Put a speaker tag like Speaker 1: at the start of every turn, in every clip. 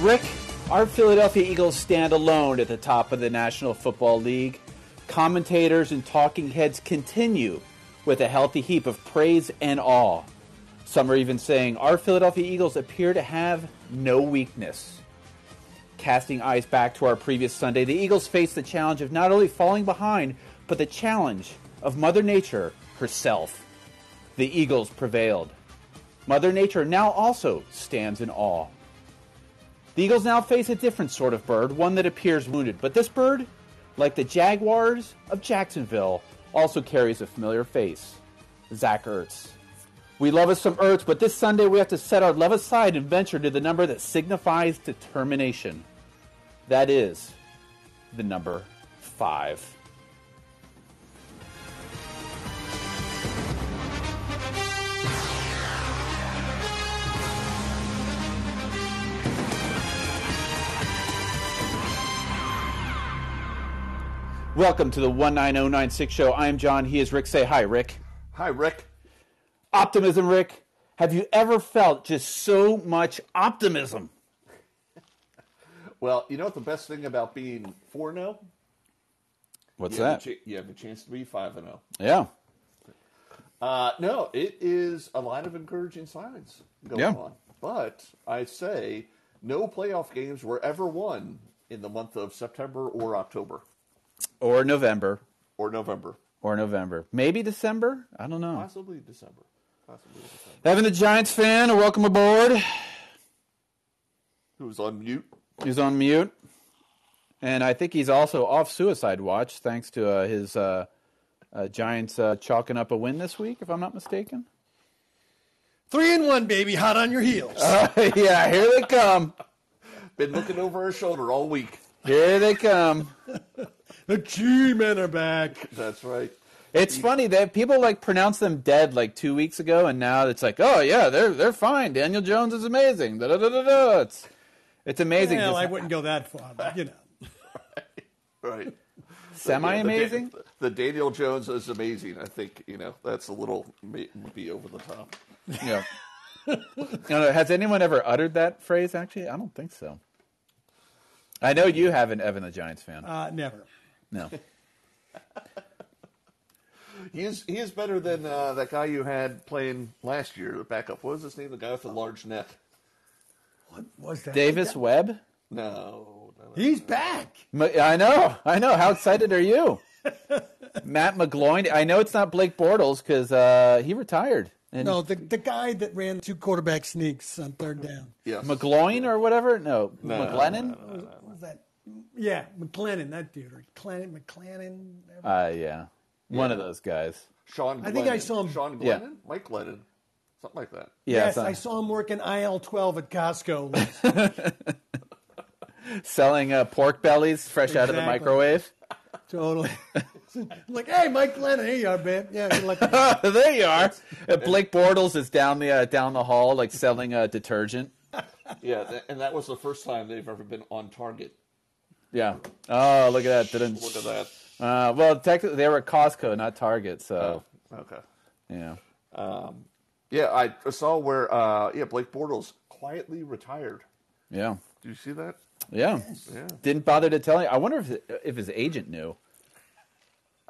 Speaker 1: Rick, our Philadelphia Eagles stand alone at the top of the National Football League. Commentators and talking heads continue with a healthy heap of praise and awe. Some are even saying our Philadelphia Eagles appear to have no weakness. Casting eyes back to our previous Sunday, the Eagles faced the challenge of not only falling behind, but the challenge of Mother Nature herself. The Eagles prevailed. Mother Nature now also stands in awe. The Eagles now face a different sort of bird, one that appears wounded, but this bird, like the Jaguars of Jacksonville, also carries a familiar face Zach Ertz. We love us some Ertz, but this Sunday we have to set our love aside and venture to the number that signifies determination. That is the number five. Welcome to the 19096 show. I'm John. He is Rick. Say hi, Rick.
Speaker 2: Hi, Rick.
Speaker 1: Optimism, Rick. Have you ever felt just so much optimism?
Speaker 2: Well, you know what the best thing about being 4 0?
Speaker 1: What's
Speaker 2: You, have a cha- you have a chance to be 5 0.
Speaker 1: yeah.
Speaker 2: Uh, no, it is a lot of encouraging signs going
Speaker 1: Yeah.
Speaker 2: on. But I say no playoff games were ever won in the month of September or October
Speaker 1: Or November.
Speaker 2: or November,
Speaker 1: Or November. Maybe December? I don't know.
Speaker 2: possibly December. Possibly December.
Speaker 1: Having the Giants fan, welcome aboard.
Speaker 2: Who's on mute?
Speaker 1: He's on mute. And I think he's also off suicide watch thanks to uh, his uh, uh, Giants uh, chalking up a win this week, if I'm not mistaken.
Speaker 3: Three and one, baby, hot on your heels.
Speaker 1: yeah, here they come.
Speaker 2: Been looking over her shoulder all week.
Speaker 1: Here they come.
Speaker 3: the G men are back.
Speaker 2: That's right.
Speaker 1: It's funny that people like pronounced them dead like two weeks ago, and now it's like, oh yeah, they're they're fine. Daniel Jones is amazing. Da da da da da. It's it's amazing.
Speaker 3: Well, I wouldn't go that far, but you know.
Speaker 2: Right.
Speaker 1: Semi amazing.
Speaker 2: The, Daniel Jones is amazing. I think, you know, that's a little may- be over the top.
Speaker 1: Yeah. No, no, has anyone ever uttered that phrase? Actually, I don't think so. I know you haven't, Evan, the Giants fan.
Speaker 3: Uh, never.
Speaker 1: No.
Speaker 2: He is he is better than uh, that guy you had playing last year, the backup. What was his name? The guy with the large neck.
Speaker 3: What was that?
Speaker 1: Davis Webb.
Speaker 2: No, no, no.
Speaker 3: He's back.
Speaker 1: M- I know, I know. How excited are you, Matt McGloin? I know it's not Blake Bortles because uh, he retired. And
Speaker 3: No, the, the guy that ran two quarterback sneaks on third down.
Speaker 2: yes.
Speaker 1: McGloin or whatever? No, McLennan.
Speaker 3: What was that? Yeah, McLennan, that dude. Or McLennan, McLennan.
Speaker 1: Uh, yeah. One of those guys.
Speaker 2: Sean.
Speaker 3: I think I
Speaker 2: Glennon.
Speaker 3: saw him-
Speaker 2: Sean Glennon,
Speaker 1: Yeah.
Speaker 2: Mike Glennon, something like that.
Speaker 1: Yeah,
Speaker 3: yes,
Speaker 1: so-
Speaker 3: I saw him working IL 12 at Costco. last-
Speaker 1: selling uh, pork bellies fresh out of the
Speaker 3: Exactly.
Speaker 1: microwave.
Speaker 3: totally. like, hey, Mike Glennon, here you are, man. Yeah, you're like,
Speaker 1: there you are. Uh, Blake Bortles is down the uh, down the hall, like selling uh, detergent.
Speaker 2: Yeah, th- and that was the first time they've ever been on target.
Speaker 1: Yeah. Oh, look at that. Didn't.
Speaker 2: Look at that.
Speaker 1: Uh, well, technically, they were at Costco, not Target. So
Speaker 2: Okay.
Speaker 1: yeah.
Speaker 2: Yeah, I saw where. Uh, yeah, Blake Bortles quietly retired.
Speaker 1: Yeah.
Speaker 2: Do you see that?
Speaker 1: Yeah.
Speaker 2: Yeah.
Speaker 1: Didn't bother to tell you. I wonder if if his agent knew.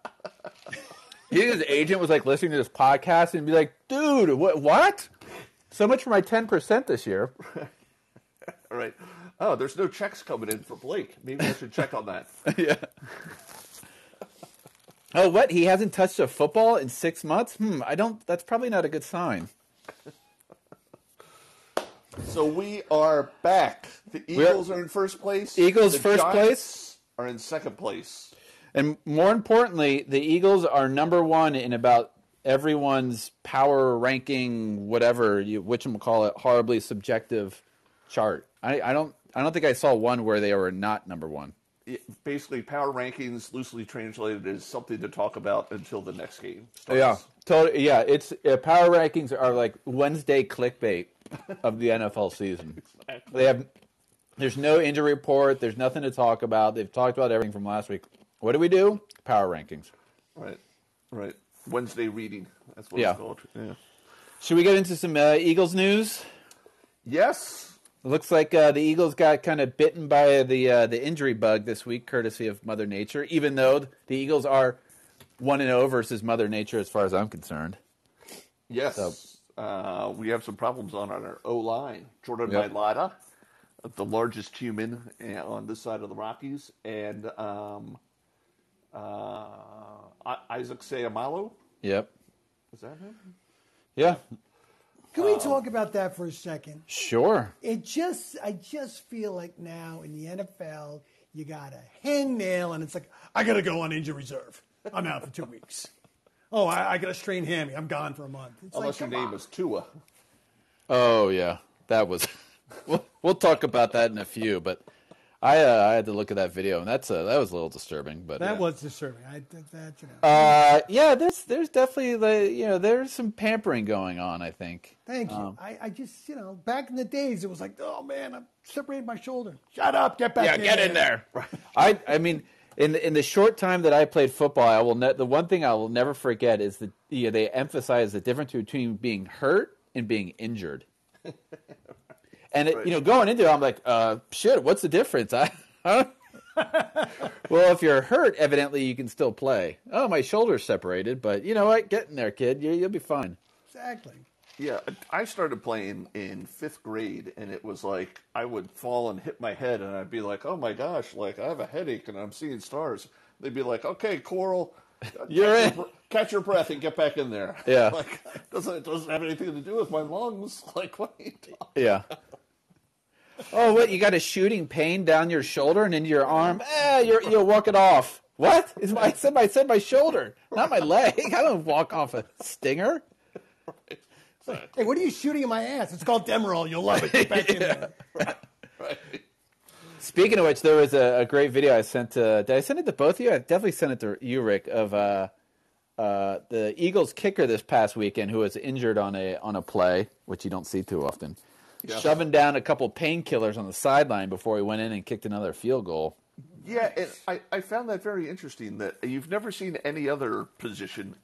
Speaker 1: You think his agent was like listening to this podcast and be like, "Dude, what? What? So much for my ten percent this year."
Speaker 2: All right. Oh, there's no checks coming in for Blake. Maybe I should check on that.
Speaker 1: yeah. Oh, what? He hasn't touched a football in six months? Hmm. I don't. That's probably not a good sign.
Speaker 2: So we are back. The Eagles are in first place.
Speaker 1: Eagles
Speaker 2: The
Speaker 1: first
Speaker 2: Giants
Speaker 1: place.
Speaker 2: are in second place.
Speaker 1: And more importantly, the Eagles are number one in about everyone's power ranking, whatever you which call it, horribly subjective chart. I, I don't. I don't think I saw one where they were not number one.
Speaker 2: It- basically, power rankings loosely translated is something to talk about until the next game. Starts.
Speaker 1: Yeah, totally. Yeah, it's uh, power rankings are like Wednesday clickbait of the NFL season. They have there's no injury report. There's nothing to talk about. They've talked about everything from last week. What do we do? Power rankings.
Speaker 2: Right. Right. Wednesday reading. That's what
Speaker 1: Yeah.
Speaker 2: it's called. Yeah.
Speaker 1: Should we get into some uh, Eagles news?
Speaker 2: Yes.
Speaker 1: It looks like uh, the Eagles got kind of bitten by the uh, the injury bug this week, courtesy of Mother Nature. Even though the Eagles are one and zero versus Mother Nature, as far as I'm concerned.
Speaker 2: Yes. Uh, we have some problems on our O line. Jordan
Speaker 1: Yep.
Speaker 2: Mailata, the largest human eh, on this side of the Rockies, and um, uh, I- Isaac Sayamalo.
Speaker 1: Yep.
Speaker 2: Is that him?
Speaker 1: Yeah.
Speaker 3: Can we talk about that for a second?
Speaker 1: Sure.
Speaker 3: It just, I just feel like now in the NFL, you got a hangnail, and it's like, I got to go on injury reserve. I'm out for two weeks. Oh, I, I got a strained hammy. I'm gone for a month. It's
Speaker 2: Unless
Speaker 3: like,
Speaker 2: your
Speaker 3: come
Speaker 2: name
Speaker 3: on.
Speaker 2: is Tua.
Speaker 1: Oh yeah, that was. we'll, we'll talk about that in a few, but I uh, I had to look at that video, and that's uh, that was a little disturbing. But
Speaker 3: That
Speaker 1: yeah.
Speaker 3: was disturbing. I, that, that, you know.
Speaker 1: Uh, yeah, there's there's definitely the you know there's some pampering going on. I think.
Speaker 3: Thank you.
Speaker 2: um,
Speaker 3: I, I just, you know, back in the days, it was like, oh man, I'm separating my shoulder. Shut up, get back.
Speaker 1: Yeah,
Speaker 3: in
Speaker 1: get in there. I I mean, in the, in the short time that I played football, I will ne- the one thing I will never forget is that you know, they emphasize the difference between being hurt and being injured. And it, you know, going into it, I'm like, uh, shit, what's the difference? I, I don't- well, if you're hurt, evidently you can still play. Oh, my shoulder's separated, but you know what? Get in there, kid. You, you'll be fine.
Speaker 3: Exactly.
Speaker 2: Yeah, I started playing in fifth grade, and it was like I would fall and hit my head, and I'd be like, "Oh my gosh!" Like I have a headache, and I'm seeing stars. They'd be like, "Okay, Coral,
Speaker 1: You're
Speaker 2: catch
Speaker 1: in.
Speaker 2: Your, br- catch your breath and get back in there."
Speaker 1: Yeah.
Speaker 2: like doesn't it doesn't have anything to do with my lungs? Like what? Are you talking?
Speaker 1: Yeah. Oh, what? You got a shooting pain down your shoulder and into your arm? Eh, you're, you'll walk it off. What? It's my, I, said my, I said my shoulder, not my leg. I don't walk off a stinger.
Speaker 3: Hey, what are you shooting in my ass? It's called Demerol. You'll love it. Get back in there.
Speaker 2: Right?
Speaker 1: Speaking of which, there was a, a great video I sent to. Did I send it to both of you? I definitely sent it to you, Rick, of uh, uh, the Eagles kicker this past weekend who was injured on a on a play, which you don't see too often,
Speaker 2: Yeah.
Speaker 1: shoving down a couple painkillers on the sideline before he went in and kicked another field goal.
Speaker 2: Yeah, and I, I found that very interesting that you've never seen any other position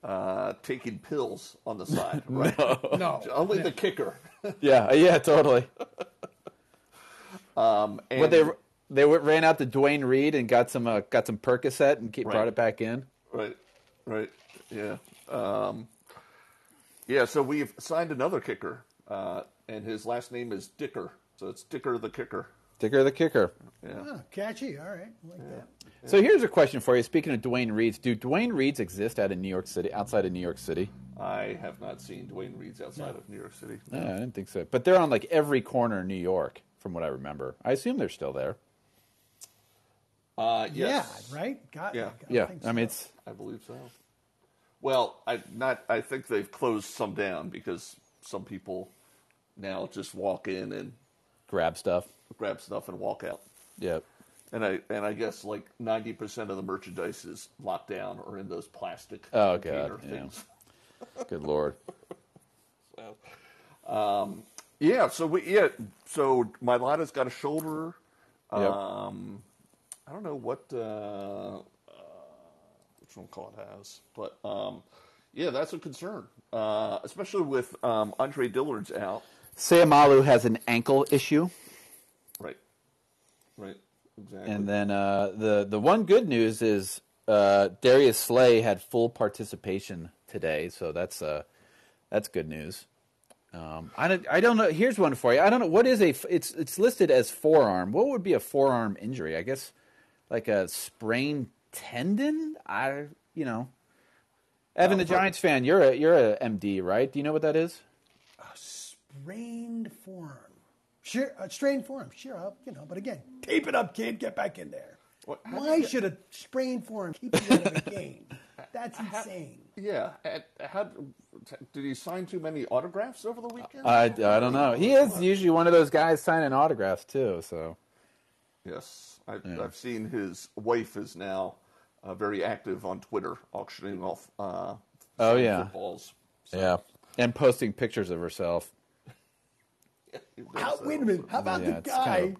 Speaker 2: uh, taking pills on the side, right?
Speaker 3: No.
Speaker 2: Only the kicker.
Speaker 1: Yeah, yeah, totally.
Speaker 2: Um, And,
Speaker 1: But they they went- ran out to Dwayne Reed and got some uh, got some Percocet and keep,
Speaker 2: Right.
Speaker 1: brought it back in.
Speaker 2: Right, right, yeah, um, yeah. So we've signed another kicker, uh, and his last name is Dicker, so it's Dicker the kicker.
Speaker 1: Dicker the kicker.
Speaker 2: Yeah,
Speaker 3: Oh, catchy. All right. I like that.
Speaker 1: So here's a question for you. Speaking of Dwayne Reeds, do Dwayne Reeds exist out in New York City? Outside of New York City?
Speaker 2: I have not seen Dwayne Reed's outside of New York City.
Speaker 1: No, I didn't think so. But they're on like every corner in New York, from what I remember. I assume they're still there.
Speaker 2: Uh, yes.
Speaker 3: Yeah, right? Got
Speaker 2: Yeah.
Speaker 3: got-
Speaker 1: yeah,
Speaker 3: think
Speaker 1: I mean
Speaker 3: so.
Speaker 1: it's
Speaker 2: I believe so. Well, I not. I think they've closed some down because some people now just walk in and
Speaker 1: grab stuff.
Speaker 2: grab stuff and walk out.
Speaker 1: Yeah.
Speaker 2: And I and I guess like ninety percent of the merchandise is locked down or in those plastic
Speaker 1: Oh,
Speaker 2: container
Speaker 1: God, yeah.
Speaker 2: things.
Speaker 1: Good lord.
Speaker 2: Yeah. So we yeah. So Milana's got a shoulder.
Speaker 1: Yep.
Speaker 3: Uh,
Speaker 2: Um, I don't know what uh, uh, which one call it has, but um, yeah, that's a concern, uh, especially with um, Andre Dillard's out.
Speaker 1: Sayamalu has an ankle issue.
Speaker 2: Right. Right. Exactly.
Speaker 1: And then uh, the the one good news is uh, Darius Slay had full participation today, so that's uh, that's good news. Um, I don't I don't know. Here's one for you. I don't know what is a f- it's it's listed as forearm. What would be a forearm injury? I guess like a sprained tendon. I you know. Evan, the Giants fan, you're a you're a MD, right? Do you know what that is?
Speaker 3: Strained forearm. Sure, uh, strained forearm. Sure up, you know, but again, tape it up, kid. Get back in there.
Speaker 2: What-
Speaker 3: Why should a sprained forearm keep you out of a game? That's insane.
Speaker 2: yeah. And how, did he sign too many autographs over the weekend?
Speaker 1: Uh, I, I don't know. He is usually one of those guys signing autographs too. So
Speaker 2: Yes. I've, I've seen his wife is now uh, very active on Twitter, auctioning off uh,
Speaker 1: Oh, yeah.
Speaker 2: footballs.
Speaker 1: yeah, and posting pictures of herself.
Speaker 3: How,
Speaker 2: uh,
Speaker 3: wait a minute. How about
Speaker 1: Yeah,
Speaker 3: the
Speaker 1: it's kind
Speaker 3: guy?
Speaker 1: of-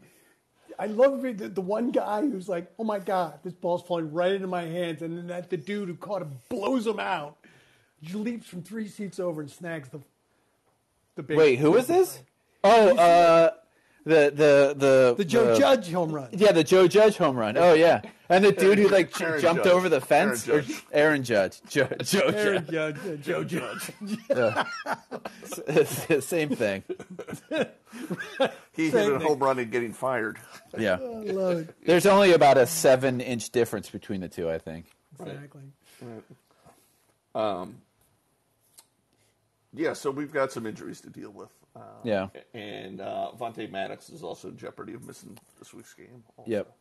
Speaker 3: I love the, the one guy who's like, "Oh my god, this ball's falling right into my hands," and then that the dude who caught him blows him out, leaps from three seats over and snags the the big.
Speaker 1: Wait, who is this? Oh, uh, the the the
Speaker 3: The Joe Judge home run.
Speaker 1: Yeah, the Joe Judge home run. Oh yeah, and the dude who like j-
Speaker 2: Aaron
Speaker 1: jumped
Speaker 2: Judge.
Speaker 1: over the fence,
Speaker 2: Aaron
Speaker 1: or
Speaker 2: Judge.
Speaker 1: Aaron Judge, Joe, Joe
Speaker 3: Aaron
Speaker 1: Judge,
Speaker 3: Judge, yeah, Joe Judge.
Speaker 1: It's the same thing.
Speaker 2: He hit a home run and getting fired.
Speaker 1: Yeah,
Speaker 3: I love it.
Speaker 1: there's only about a seven inch difference between the two, I think.
Speaker 3: Exactly.
Speaker 2: Yeah, so we've got some injuries to deal with. Uh,
Speaker 1: Yeah,
Speaker 2: and uh, Vontae Maddox is also in jeopardy of missing this week's game. also.
Speaker 1: yep.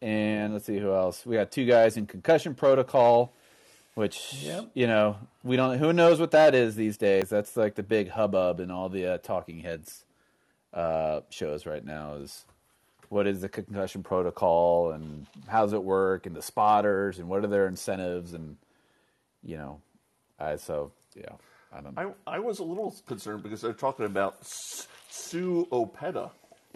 Speaker 1: And let's see who else. We got two guys in concussion protocol, which
Speaker 3: Yep.
Speaker 1: you know we don't. Who knows what that is these days? That's like the big hubbub in all the uh, Talking Heads uh, shows right now. Is what is the concussion protocol and how's it work and the spotters and what are their incentives and you know, I so yeah, I don't know.
Speaker 2: I, I was a little concerned because they're talking about S- Sue Opeta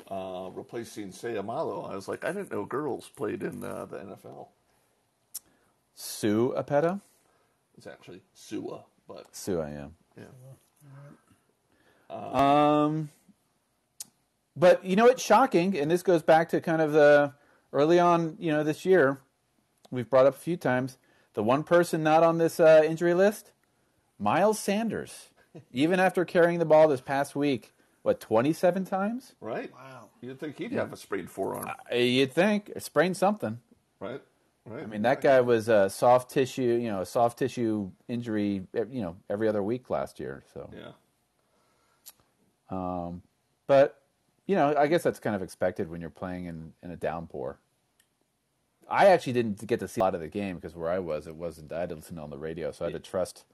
Speaker 2: uh, replacing Sayamalo. I was like, I didn't know girls played in uh, the NFL.
Speaker 1: Sue Apetta,
Speaker 2: It's actually Sua, but
Speaker 1: Sue I am.
Speaker 2: yeah.
Speaker 1: But you know it's shocking, and this goes back to kind of the early on, you know, this year we've brought up a few times the one person not on this uh, injury list, Miles Sanders. Even after carrying the ball this past week, what twenty-seven times?
Speaker 2: Right?
Speaker 3: Wow.
Speaker 2: You'd think he'd have a sprained forearm,
Speaker 1: Uh, You'd think or sprained something.
Speaker 2: right? Right.
Speaker 1: I mean, that guy was a soft tissue, you know, a soft tissue injury, eh, you know, every other week last year. So,
Speaker 2: Yeah.
Speaker 1: but you know, I guess that's kind of expected when you're playing in, in a downpour. I actually didn't get to see a lot of the game because where I was, it wasn't. I had to listen on the radio, so I had to trust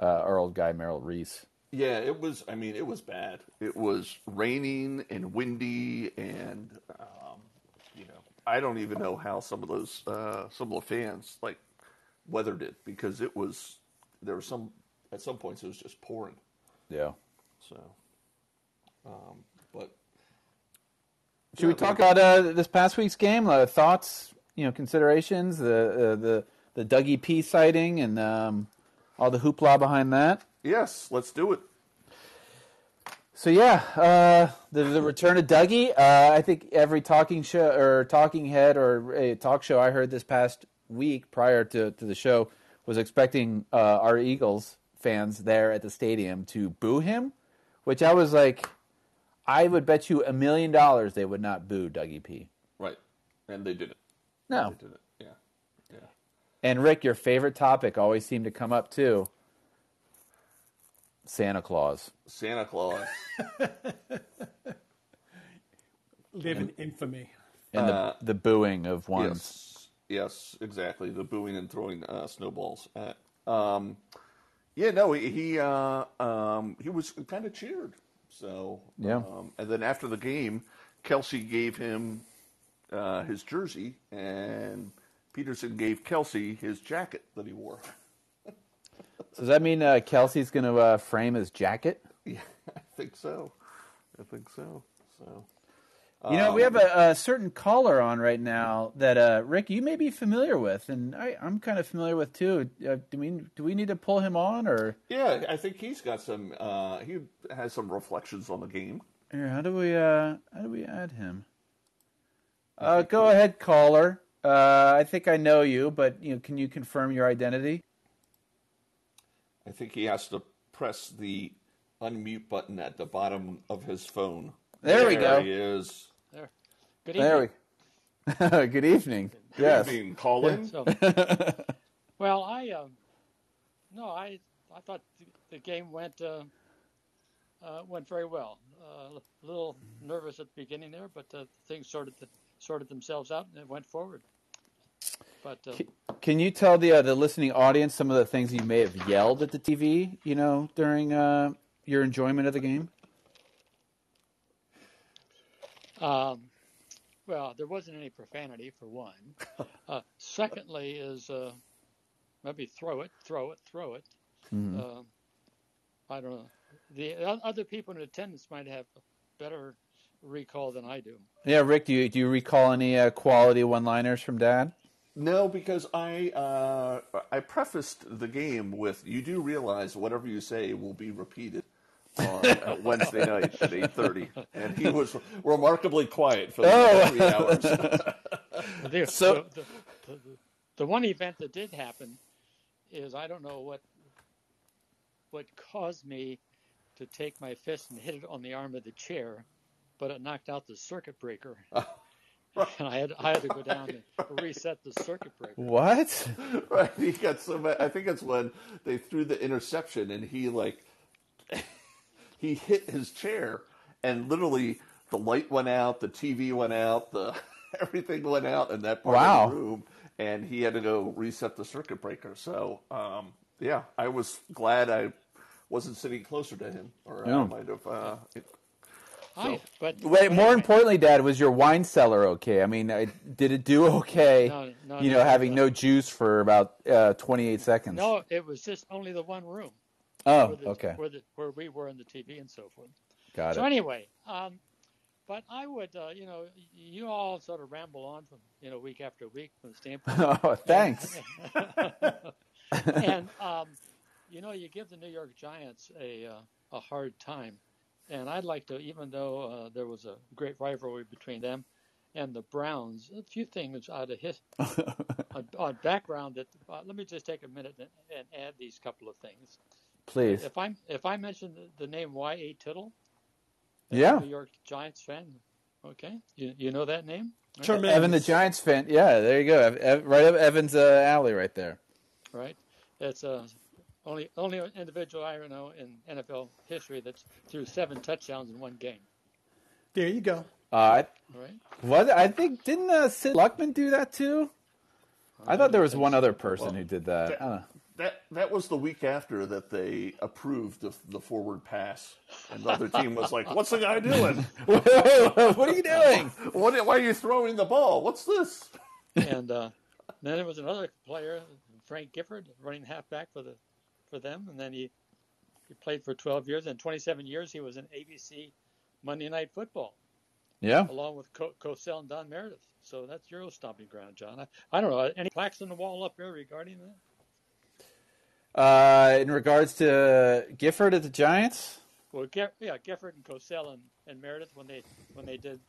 Speaker 1: uh, our old guy Merrill Reese.
Speaker 2: Yeah, it was. I mean, it was bad. It was raining and windy, and um, you know, I don't even know how some of those uh, some of the fans like weathered it because it was there were some at some points it was just pouring.
Speaker 1: Yeah.
Speaker 2: So, um, but
Speaker 1: Should we talk about uh, this past week's game? Uh, thoughts, you know, considerations, the uh, the the Dougie P sighting, and um, all the hoopla behind that.
Speaker 2: yes, let's do it.
Speaker 1: So yeah, uh, the, the return of Dougie. Uh, I think every talking show or talking head or a talk show I heard this past week prior to, to the show was expecting uh, our Eagles fans there at the stadium to boo him, which I was like, I would bet you a million dollars they would not boo Dougie P.
Speaker 2: Right, and they did it.
Speaker 1: No,
Speaker 2: They did it. Yeah, yeah.
Speaker 1: and Rick, your favorite topic always seemed to come up too. Santa Claus.
Speaker 2: Santa Claus.
Speaker 3: Live in infamy.
Speaker 1: And the, the booing of one
Speaker 2: Yes, yes, exactly. The booing and throwing uh, snowballs. At, um, yeah, no, he he, uh, um, he was kind of cheered. So
Speaker 1: Yeah.
Speaker 2: um, and then after the game, Kelsey gave him uh, his jersey, and Peterson gave Kelsey his jacket that he wore.
Speaker 1: So does that mean uh, Kelsey's going to uh, frame his jacket?
Speaker 2: yeah, I think so. I think so. So
Speaker 1: You know, we have a, a certain caller on right now that uh, Rick, you may be familiar with, and I, I'm kind of familiar with too. Uh, do we do we need to pull him on, or
Speaker 2: yeah, I think he's got some. Uh, he has some reflections on the game.
Speaker 1: here, how do we uh, how do we add him? Uh, go ahead, caller. Uh, I think I know you, but you know, can you confirm your identity?
Speaker 2: I think he has to press the unmute button at the bottom of his phone.
Speaker 1: There we go.
Speaker 2: He is.
Speaker 4: There. Good evening.
Speaker 1: There we. Good evening. Yes.
Speaker 2: Being calling.
Speaker 4: So, well, I um, no, I I thought the, the game went uh, uh, went very well. Uh, a little nervous at the beginning there, but uh, things sorted the, sorted themselves out and it went forward. But uh,
Speaker 1: Can you tell the uh, the listening audience some of the things you may have yelled at the TV? You know, during uh, your enjoyment of the game.
Speaker 4: Um, well, there wasn't any profanity for one. Uh, secondly, is uh, maybe throw it, throw it, throw it. Um I don't know. The o- other people in attendance might have better recall than I do.
Speaker 1: Yeah, Rick, do you do you recall any uh, quality one-liners from Dad?
Speaker 2: No, because I uh, I prefaced the game with you do realize whatever you say will be repeated on uh, Wednesday night at eight thirty, and he was remarkably quiet for the
Speaker 1: Oh.
Speaker 2: next three hours.
Speaker 4: The,
Speaker 1: So-
Speaker 4: the, the, the, the one event that did happen is I don't know what what caused me to take my fist and hit it on the arm of the chair, but it knocked out the circuit breaker, and I had I had to go down and reset the circuit breaker.
Speaker 1: What?
Speaker 2: right? He got so mad. I think that's when they threw the interception, and he like he hit his chair, and literally the light went out, the TV went out, the everything went out in that part
Speaker 1: Wow.
Speaker 2: of the room, and he had to go reset the circuit breaker. So um, yeah, I was glad I wasn't sitting closer to him, or
Speaker 1: Yeah.
Speaker 2: I might have. Uh, it,
Speaker 4: I,
Speaker 1: Wait,
Speaker 4: but but
Speaker 1: more
Speaker 4: anyway,
Speaker 1: importantly, Dad, was your wine cellar okay? I mean, I, did it do okay?
Speaker 4: No, no,
Speaker 1: you
Speaker 4: no,
Speaker 1: know,
Speaker 4: no,
Speaker 1: having
Speaker 4: no.
Speaker 1: no juice for about uh, 28 seconds.
Speaker 4: No, it was just only the one room.
Speaker 1: Oh,
Speaker 4: where the,
Speaker 1: okay.
Speaker 4: Where, the, where we were in the TV and so forth.
Speaker 1: Got
Speaker 4: So
Speaker 1: it.
Speaker 4: anyway, um, but I would, uh, you know, you all sort of ramble on from, you know, week after week from the standpoint.
Speaker 1: Oh, thanks.
Speaker 4: and um, you know, you give the New York Giants a uh, a hard time, and I'd like to, even though uh, there was a great rivalry between them and the Browns, a few things out of his on, on background that uh, let me just take a minute and, and add these couple of things.
Speaker 1: Please.
Speaker 4: If I if I mention the, the name Y. A. Tittle,
Speaker 1: Yeah.
Speaker 4: New York Giants fan, okay, you you know that name,
Speaker 3: Tremendous.
Speaker 1: Evan the Giants fan. Yeah, there you go. Ev- Ev- right up Evan's uh, alley right there.
Speaker 4: right? That's uh, only only individual I know in NFL history that's threw seven touchdowns in one game,
Speaker 3: There you go.
Speaker 1: Uh, I,
Speaker 4: all right?
Speaker 1: what, I think, didn't uh, Sid Luckman do that too? I thought there was one other person who did that. I don't know.
Speaker 2: that that was the week after that they approved the, the forward pass, and the other team was like, "What's the guy doing?"
Speaker 1: what are you doing?
Speaker 2: What, why are you throwing the ball? What's this?
Speaker 4: and uh, then there was another player, Frank Gifford, running halfback for the for them, and then he he played for 12 years and 27 years he was in ABC Monday Night Football.
Speaker 1: Yeah.
Speaker 4: along with Co- Cosell and Don Meredith. So that's your old stomping ground, John. I, I don't know. Any plaques on the wall up there regarding that?
Speaker 1: Uh, in regards to Gifford at the Giants,
Speaker 4: Well, Ge- yeah, Gifford and Cosell and, and Meredith when they when they did,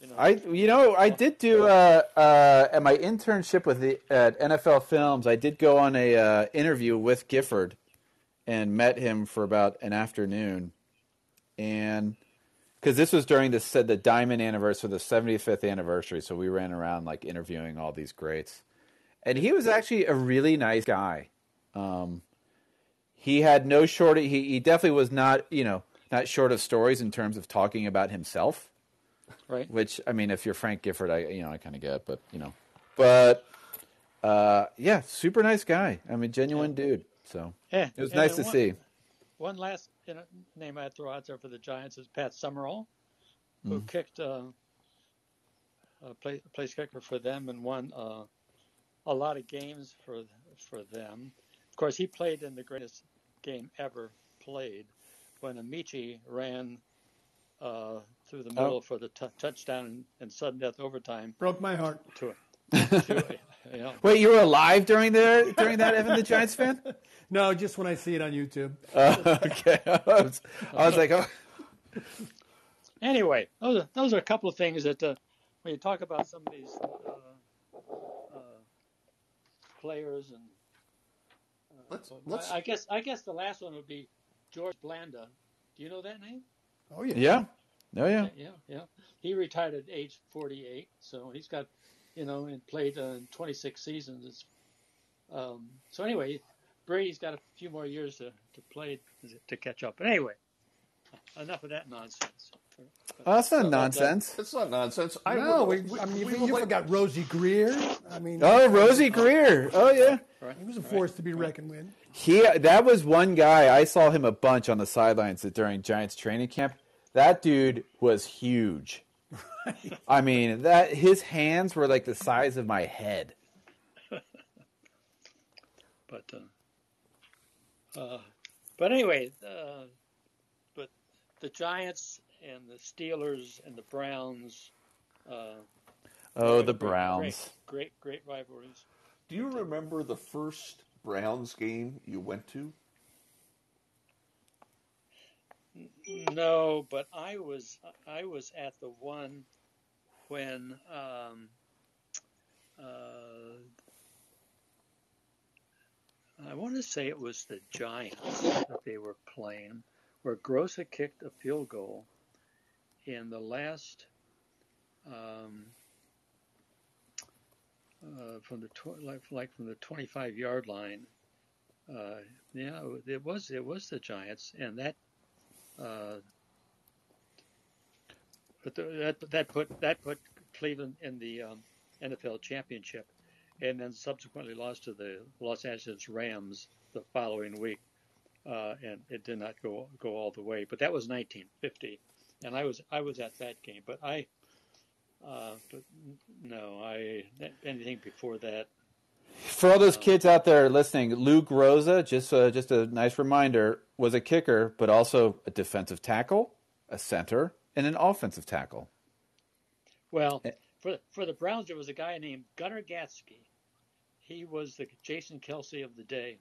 Speaker 4: you know,
Speaker 1: I you know I did do uh, uh, at my internship with the at NFL Films. I did go on a uh, interview with Gifford and met him for about an afternoon, and because this was during the said the Diamond anniversary, the 75th anniversary, so we ran around like interviewing all these greats, and he was actually a really nice guy. Um, he had no short. He he definitely was not you know not short of stories in terms of talking about himself
Speaker 4: right.
Speaker 1: which I mean, if you're Frank Gifford, I you know I kind of get, but you know, but uh, yeah, super nice guy. I'm a genuine dude. So
Speaker 4: Yeah,
Speaker 1: it was
Speaker 4: and
Speaker 1: nice to
Speaker 4: then one,
Speaker 1: see.
Speaker 4: One last you know, name I throw out there for the Giants is Pat Summerall, who
Speaker 1: Mm-hmm.
Speaker 4: kicked uh, a play, place kicker for them and won uh, a lot of games for for them. Of course, he played in the greatest game ever played when Amici ran uh, through the
Speaker 1: Oh.
Speaker 4: middle for the t- touchdown in, in sudden death overtime
Speaker 3: Broke my heart.
Speaker 4: to to you know,
Speaker 1: Wait, you were alive during there during that Evan the Giants fan? Oh,
Speaker 3: No, just when I see it on YouTube.
Speaker 1: okay, I was, I was like, oh.
Speaker 4: anyway, those are, those are a couple of things that uh, when you talk about some of these uh, uh, players, and
Speaker 2: Let's let's
Speaker 4: I guess I guess the last one would be George Blanda. Do you know that name?
Speaker 3: Oh, yeah.
Speaker 1: yeah, no, yeah,
Speaker 4: Yeah, yeah. He retired at age 48, so he's got, you know, and played uh, 26 seasons. It's, um, so anyway, Brady's got a few more years to, to play to catch up. But anyway, enough of that nonsense.
Speaker 1: oh, that's not
Speaker 4: So,
Speaker 1: nonsense.
Speaker 2: it's not nonsense. I
Speaker 3: No, we,
Speaker 2: would-
Speaker 3: I mean,
Speaker 2: we would
Speaker 3: you, you
Speaker 2: like-
Speaker 3: forgot Rosie Greer. I mean,
Speaker 1: Oh, Rosie Greer. Oh yeah,
Speaker 3: he was a force to be reckoned with.
Speaker 1: he that was one guy I saw him a bunch on the sidelines during Giants training camp. That dude was huge. I mean, that his hands were like the size of my head.
Speaker 4: But uh, uh, but anyway, uh, but the Giants and the Steelers and the Browns. Uh,
Speaker 1: Oh,
Speaker 4: had
Speaker 1: the
Speaker 4: a great-
Speaker 1: Browns.
Speaker 4: Great, great, great rivalries.
Speaker 2: Do you remember the first Browns game you went to?
Speaker 4: No, but I was I was at the one when um, uh, I want to say it was the Giants that they were playing, where Grossa kicked a field goal in the last um, uh, from the tw- like, like from the 25 yard line. Uh, yeah, it was it was the Giants, and that uh, but the, that that put that put Cleveland in the um, NFL championship, and then subsequently lost to the Los Angeles Rams the following week, uh, and it did not go go all the way. But that was 1950, and I was I was at that game. But I, uh, but no, I anything before that.
Speaker 1: For all those kids out there listening, Lou Groza, just uh, just a nice reminder, was a kicker, but also a defensive tackle, a center, and an offensive tackle.
Speaker 4: Well, for the, for the Browns, there was a guy named Gunnar Gatsky. He was the Jason Kelsey of the day.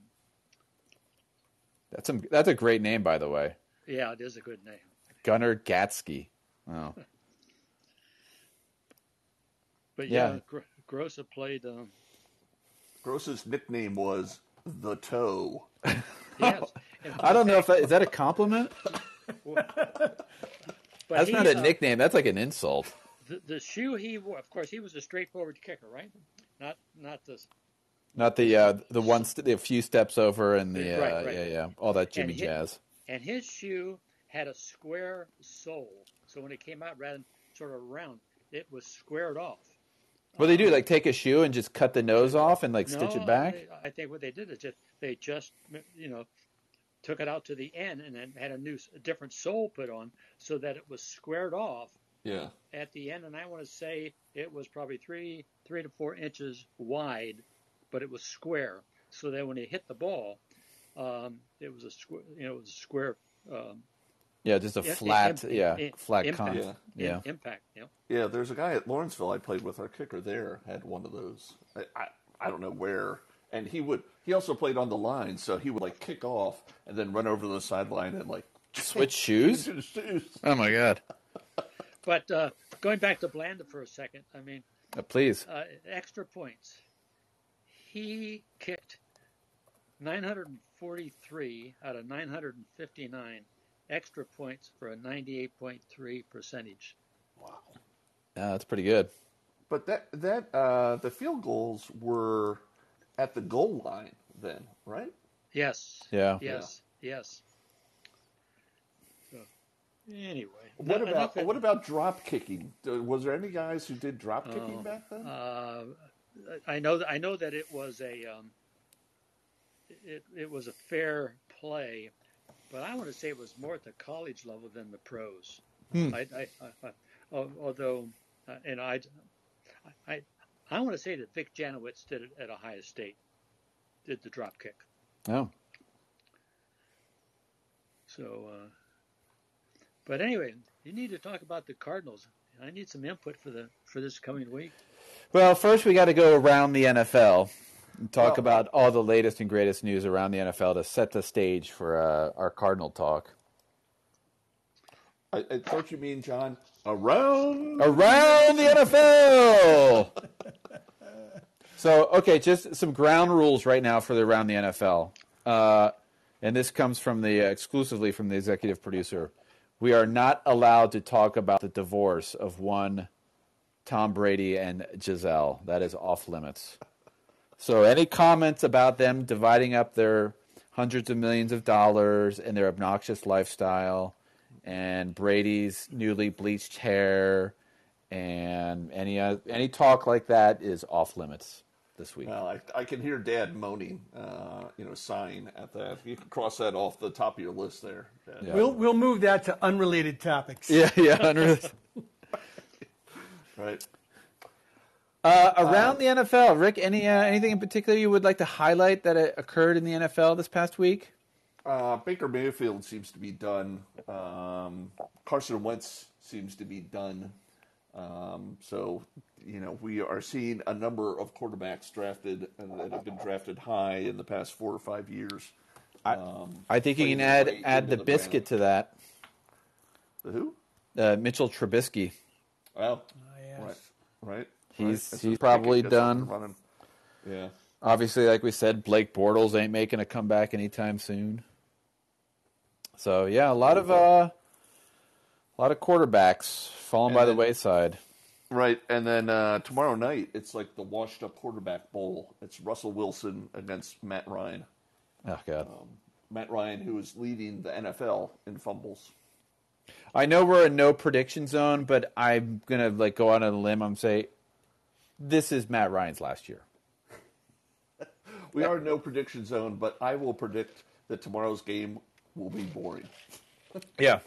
Speaker 1: That's a, that's a great name, by the way.
Speaker 4: Yeah, it is a good name.
Speaker 1: Gunnar Gatsky. Wow.
Speaker 4: But
Speaker 1: Yeah.
Speaker 4: yeah, Gr Grossa played. Um,
Speaker 2: Gross's nickname was the toe.
Speaker 4: yes, And-
Speaker 1: I don't know if that is that a compliment.
Speaker 4: but
Speaker 1: That's
Speaker 4: he,
Speaker 1: not a
Speaker 4: uh,
Speaker 1: nickname. That's like an insult.
Speaker 4: The, the shoe he wore, of course, he was a straightforward kicker, right? Not not this.
Speaker 1: Not the uh, the one st- the few steps over and the uh,
Speaker 4: Right, right.
Speaker 1: yeah yeah all that Jimmy
Speaker 4: And hit-
Speaker 1: Jazz.
Speaker 4: And his shoe had a square sole, so when it came out, rather than sort of round, it was squared off.
Speaker 1: What do they do? Like take a shoe and just cut the nose off and like stitch
Speaker 4: No,
Speaker 1: it back?
Speaker 4: I, I think what they did is just they just you know took it out to the end and then had a new a different sole put on so that it was squared off
Speaker 2: Yeah.
Speaker 4: at the end. And I want to say it was probably three three to four inches wide, but it was square. So that when he hit the ball, um, it was a square you know it was a square um,
Speaker 1: Yeah, just a
Speaker 4: Yeah,
Speaker 1: flat
Speaker 4: im-
Speaker 1: yeah
Speaker 4: im-
Speaker 1: flat
Speaker 4: impact.
Speaker 1: con.
Speaker 2: Yeah.
Speaker 1: yeah.
Speaker 4: im- impact. You know?
Speaker 2: Yeah, there's a guy at Lawrenceville I played with. Our kicker there had one of those. I, I, I don't know where. And he would. He also played on the line, so he would like kick off and then run over to the sideline and like
Speaker 1: Switch shoes?
Speaker 2: change his shoes.
Speaker 1: Oh my god!
Speaker 4: But uh, going back to Blanda for a second, I mean.
Speaker 1: Uh, please,
Speaker 4: uh, extra points. He kicked 943 out of 959 extra points for a 98.3 percentage.
Speaker 1: Uh, that's pretty good.
Speaker 2: But that that uh, the field goals were at the goal line then, right?
Speaker 4: Yes.
Speaker 1: Yeah.
Speaker 4: Yes. Yes. So, anyway.
Speaker 2: What
Speaker 4: no-
Speaker 2: about
Speaker 4: enough of-
Speaker 2: what about drop kicking? Uh, Was there any guys who did drop kicking back then?
Speaker 4: Oh, Uh, I know. I know that it was a. Um, it it was a fair play, but I want to say it was more at the college level than the pros. I, I, I, I, al- although, uh, and I, I, I want to say that Vic Janowitz did it at Ohio State, did the drop kick.
Speaker 1: Oh,
Speaker 4: So, uh, but anyway, you need to talk about the Cardinals. I need some input for the for this coming week.
Speaker 1: well, first we got to go around the NFL and talk
Speaker 2: Well-
Speaker 1: about all the latest and greatest news around the NFL to set the stage for uh, our Cardinal talk.
Speaker 2: I, I thought you mean John around.
Speaker 1: around the NFL. so, okay, just some ground rules right now for the around the NFL. Uh, and this comes from the exclusively from the executive producer. We are not allowed to talk about the divorce of one Tom Brady and Giselle. That is off limits. So, any comments about them dividing up their hundreds of millions of dollars and their obnoxious lifestyle and Brady's newly bleached hair and any uh, any talk like that is off limits this week.
Speaker 2: Well, I, I can hear Dad moaning, uh, you know, sighing at that. You can cross that off the top of your list there. Dad.
Speaker 1: Yeah.
Speaker 3: We'll we'll move that to unrelated topics.
Speaker 1: Yeah, yeah. under-
Speaker 2: Right.
Speaker 1: uh, around the NFL, Rick, any uh, anything in particular you would like to highlight that uh, occurred in the NFL this past week?
Speaker 2: Uh, Baker Mayfield seems to be done. Um, Carson Wentz seems to be done. Um, so, you know, we are seeing a number of quarterbacks drafted and that have been drafted high in the past four or five years.
Speaker 1: I think you
Speaker 2: Please
Speaker 1: can add
Speaker 2: wait
Speaker 1: add
Speaker 2: into
Speaker 1: the
Speaker 2: the
Speaker 1: biscuit to that.
Speaker 2: The who?
Speaker 1: Uh, Mitchell Trubisky.
Speaker 2: Oh,
Speaker 3: yes.
Speaker 2: right, right.
Speaker 1: He's-
Speaker 2: right.
Speaker 1: he's
Speaker 2: It's a
Speaker 1: probably
Speaker 2: picket that's up
Speaker 1: done.
Speaker 2: and running. Yeah,
Speaker 1: Obviously, like we said, Blake Bortles ain't making a comeback anytime soon. So yeah, a lot of uh, a lot of quarterbacks falling
Speaker 2: And
Speaker 1: by the
Speaker 2: then-
Speaker 1: wayside.
Speaker 2: right. And then uh, tomorrow night, it's like the washed-up quarterback bowl. It's Russell Wilson against Matt Ryan.
Speaker 1: Oh god.
Speaker 2: Um, Matt Ryan, who is leading the NFL in fumbles.
Speaker 1: I know we're in no prediction zone, but I'm gonna like go out on a limb and say this is Matt Ryan's last year.
Speaker 2: We are in no prediction zone, but I will predict that tomorrow's game will be boring.
Speaker 1: Yeah.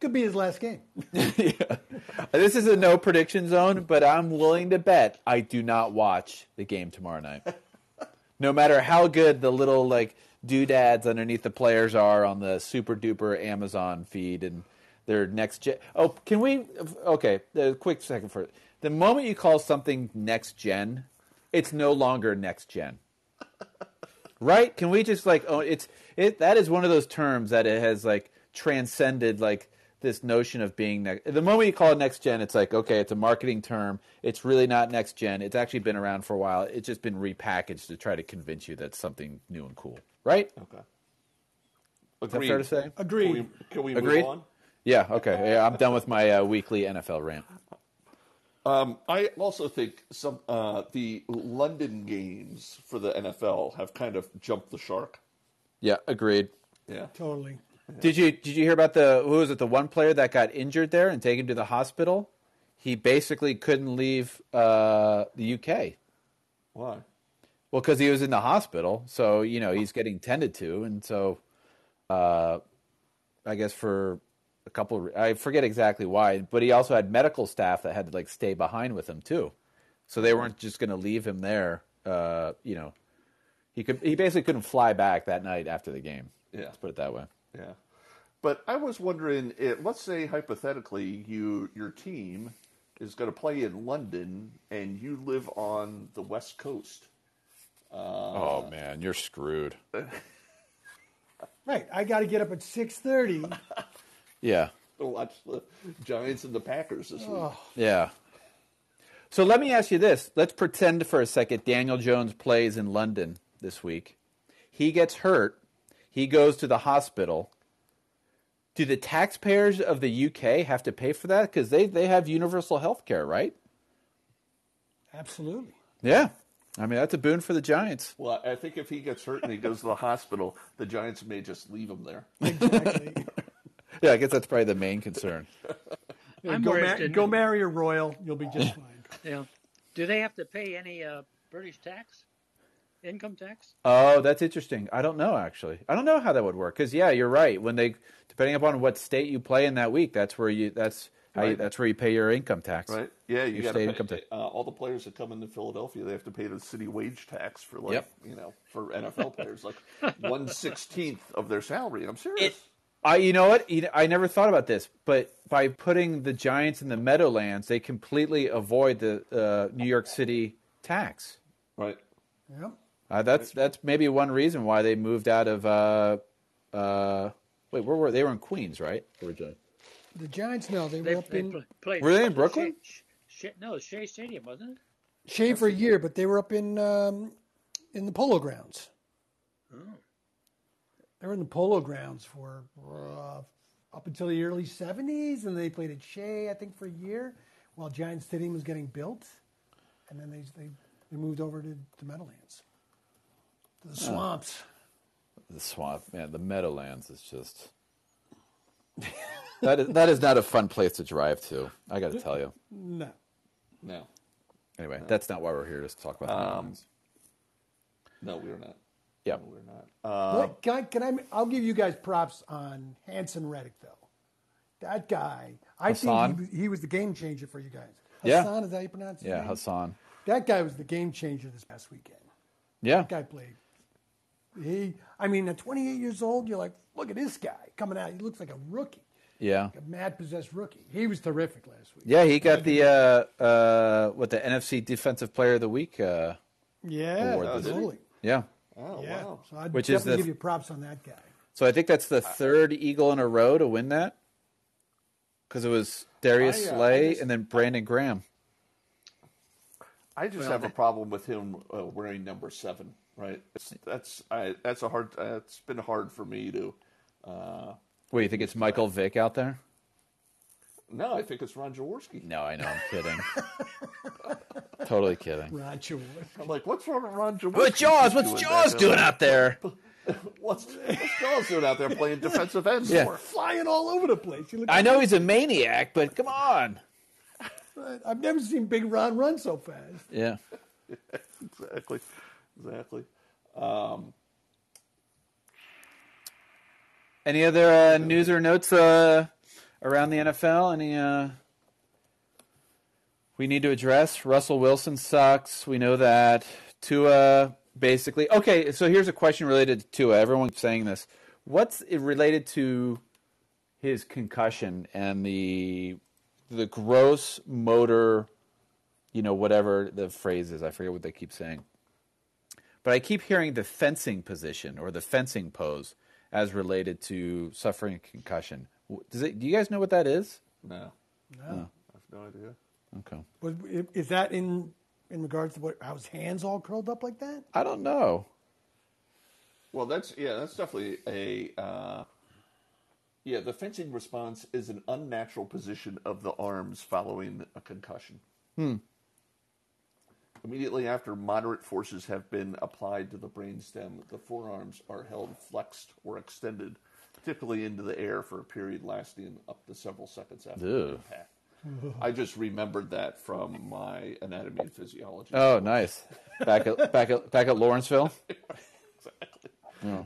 Speaker 3: Could be his last game.
Speaker 1: This is a no prediction zone, but I'm willing to bet I do not watch the game tomorrow night. No matter how good the little like doodads underneath the players are on the super duper Amazon feed and their next gen. Oh, can we? Okay, a quick second for the moment you call something next gen, it's no longer next gen. Right? Can we just like oh it's it that is one of those terms that it has like transcended like this notion of being next the moment you call it next gen it's like okay it's a marketing term it's really not next gen it's actually been around for a while it's just been repackaged to try to convince you that's something new and cool right
Speaker 2: Okay.
Speaker 1: is that fair to say
Speaker 3: Agreed.
Speaker 2: Can we, can we
Speaker 1: Agreed?
Speaker 2: move on?
Speaker 1: yeah okay yeah, I'm done with my uh, weekly NFL rant
Speaker 2: I also think some uh, the London games for the NFL have kind of jumped the shark.
Speaker 1: yeah agreed
Speaker 2: Yeah.
Speaker 3: Totally.
Speaker 1: Did you did you hear about the who was it the one player that got injured there and taken to the hospital? He basically couldn't leave uh, the UK.
Speaker 2: Why?
Speaker 1: Well, because he was in the hospital, so you know he's getting tended to, and so uh, I guess for a couple, of, re- I forget exactly why, but he also had medical staff that had to like stay behind with him too, so they weren't just going to leave him there. Uh, you know, he could he basically couldn't fly back that night after the game.
Speaker 2: Yeah.
Speaker 1: Let's put it that way.
Speaker 2: Yeah. But I was wondering, if, let's say hypothetically, you your team is going to play in London and you live on the West Coast.
Speaker 1: oh man, you're screwed.
Speaker 3: Right. I got to get up at six thirty.
Speaker 1: Yeah.
Speaker 2: to watch the Giants and the Packers this
Speaker 1: Oh,
Speaker 2: week.
Speaker 1: Yeah. So let me ask you this. Let's pretend for a second Daniel Jones plays in London this week. He gets hurt. He goes to the hospital. Do the taxpayers of the UK have to pay for that? Because they, they have universal health care, right?
Speaker 3: Absolutely.
Speaker 1: Yeah. I mean, that's a boon for the Giants.
Speaker 2: Well, I think if he gets hurt and he goes to the hospital, the Giants may just leave him there.
Speaker 3: Exactly.
Speaker 1: Yeah, I guess that's probably the main concern.
Speaker 3: Yeah,
Speaker 4: I'm
Speaker 3: go,
Speaker 4: worried,
Speaker 3: ma-
Speaker 4: didn't-
Speaker 3: go marry a royal. You'll be just fine.
Speaker 4: Yeah. Do they have to pay any uh, British tax, income tax?
Speaker 1: Oh, that's interesting. I don't know actually. I don't know how that would work because yeah, you're right. When they depending upon what state you play in that week, that's where you that's how you,
Speaker 2: Right.
Speaker 1: that's where you pay your income tax.
Speaker 2: Right? Yeah, you
Speaker 1: Your
Speaker 2: got
Speaker 1: state
Speaker 2: to
Speaker 1: income
Speaker 2: pay
Speaker 1: tax.
Speaker 2: uh, all the players that come into Philadelphia. They have to pay the city wage tax for like
Speaker 1: Yep.
Speaker 2: you know for NFL players like one sixteenth of their salary. I'm serious.
Speaker 1: I you know what? You know, I never thought about this, but by putting the Giants in the Meadowlands, they completely avoid the uh, New York City tax.
Speaker 2: right.
Speaker 3: Yep.
Speaker 1: Uh, that's that's maybe one reason why they moved out of. Uh, uh, wait, where were they? Were in Queens, right? Originally.
Speaker 3: The Giants, no, they,
Speaker 4: They,
Speaker 3: were up
Speaker 4: they
Speaker 3: in
Speaker 4: pl- played.
Speaker 1: Were they in Brooklyn?
Speaker 4: Shea, Shea- no, Shea Stadium wasn't it?
Speaker 3: Shea for a year, but they were up in um, in the Polo Grounds.
Speaker 1: Oh.
Speaker 3: They were in the Polo Grounds for uh, up until the early '70s, and they played at Shea, I think, for a year while Giant Stadium was getting built, and then they they, they moved over to the Meadowlands, to the swamps.
Speaker 1: The swamp, man. The Meadowlands is just that is that is not a fun place to drive to. I got to tell you.
Speaker 3: No,
Speaker 2: No,
Speaker 1: Anyway, that's not why we're here to talk about the Meadowlands.
Speaker 2: no, we're not.
Speaker 1: Yeah,
Speaker 2: No, we're not. Uh,
Speaker 3: Well, can I? Can I? I'll give you guys props on Hanson Reddick though. That guy, I
Speaker 1: Hassan?
Speaker 3: think he, was- he was the game changer for you guys.
Speaker 1: Yeah.
Speaker 3: Hassan, is that how you pronounce his
Speaker 1: yeah,
Speaker 3: name?
Speaker 1: Hassan.
Speaker 3: That guy was the game changer this past weekend.
Speaker 1: Yeah,
Speaker 3: That guy played. He, I mean, at 28 years old, you're like, look at this guy coming out. He looks like a rookie,
Speaker 1: yeah,
Speaker 3: a mad possessed rookie. He was terrific last week.
Speaker 1: yeah. He got the uh, uh, what the NFC Defensive Player of the Week. Uh,
Speaker 3: Yeah,
Speaker 1: Award this
Speaker 3: totally.
Speaker 1: yeah.
Speaker 2: oh
Speaker 3: Yeah.
Speaker 2: wow.
Speaker 3: So I'd
Speaker 1: Which is
Speaker 3: definitely
Speaker 1: the-
Speaker 3: give you props on that guy.
Speaker 1: So I think that's the third Eagle in a row to win that. because it was Darius
Speaker 2: I, uh, I
Speaker 1: Slay
Speaker 2: just-
Speaker 1: and then Brandon Graham.
Speaker 2: I just have a problem with him uh, wearing number seven. Right, it's, that's I, that's a hard. Uh, it's been hard for me to. Uh,
Speaker 1: What do you think? It's Michael Vick out there?
Speaker 2: no, I think it's Ron Jaworski.
Speaker 1: No, I know. I'm kidding. totally kidding.
Speaker 3: Ron Chaward.
Speaker 2: I'm like, what's wrong with Ron Jaworski?
Speaker 1: But Jaws, what's
Speaker 2: doing
Speaker 1: Jaws
Speaker 2: back
Speaker 1: doing
Speaker 2: there?
Speaker 1: out there?
Speaker 2: What's, what's Jaws doing out there playing defensive end?
Speaker 1: Yeah.
Speaker 2: for?
Speaker 3: Flying all over the place. You look
Speaker 1: I know he's a maniac, but come on.
Speaker 3: But uh, I've never seen Big Ron run so fast.
Speaker 1: Yeah.
Speaker 2: exactly, exactly.
Speaker 1: Any other uh, news or notes uh, around the NFL? Any uh, we need to address? Russell Wilson sucks. We know that. Tua basically. Okay, so here's a question related to Tua. Everyone's saying this. What's it related to his concussion and the the gross motor, you know, whatever the phrase is. I forget what they keep saying but I keep hearing the fencing position or the fencing pose as related to suffering a concussion. W- Does it? Do you guys know what that is?
Speaker 2: No,
Speaker 3: No.
Speaker 2: I have no idea.
Speaker 1: Okay,
Speaker 3: But i- is that in in regards to what, how his hands all curled up like that?
Speaker 1: I don't know.
Speaker 2: Well, that's yeah, that's definitely a uh, yeah. The fencing response is an unnatural position of the arms following a concussion. Immediately after moderate forces have been applied to the brainstem, the forearms are held flexed or extended, typically into the air for a period lasting up to several seconds after
Speaker 1: Ew.
Speaker 2: impact. I just remembered that from my anatomy and physiology.
Speaker 1: Oh, nice. Back at back at back at Lawrenceville.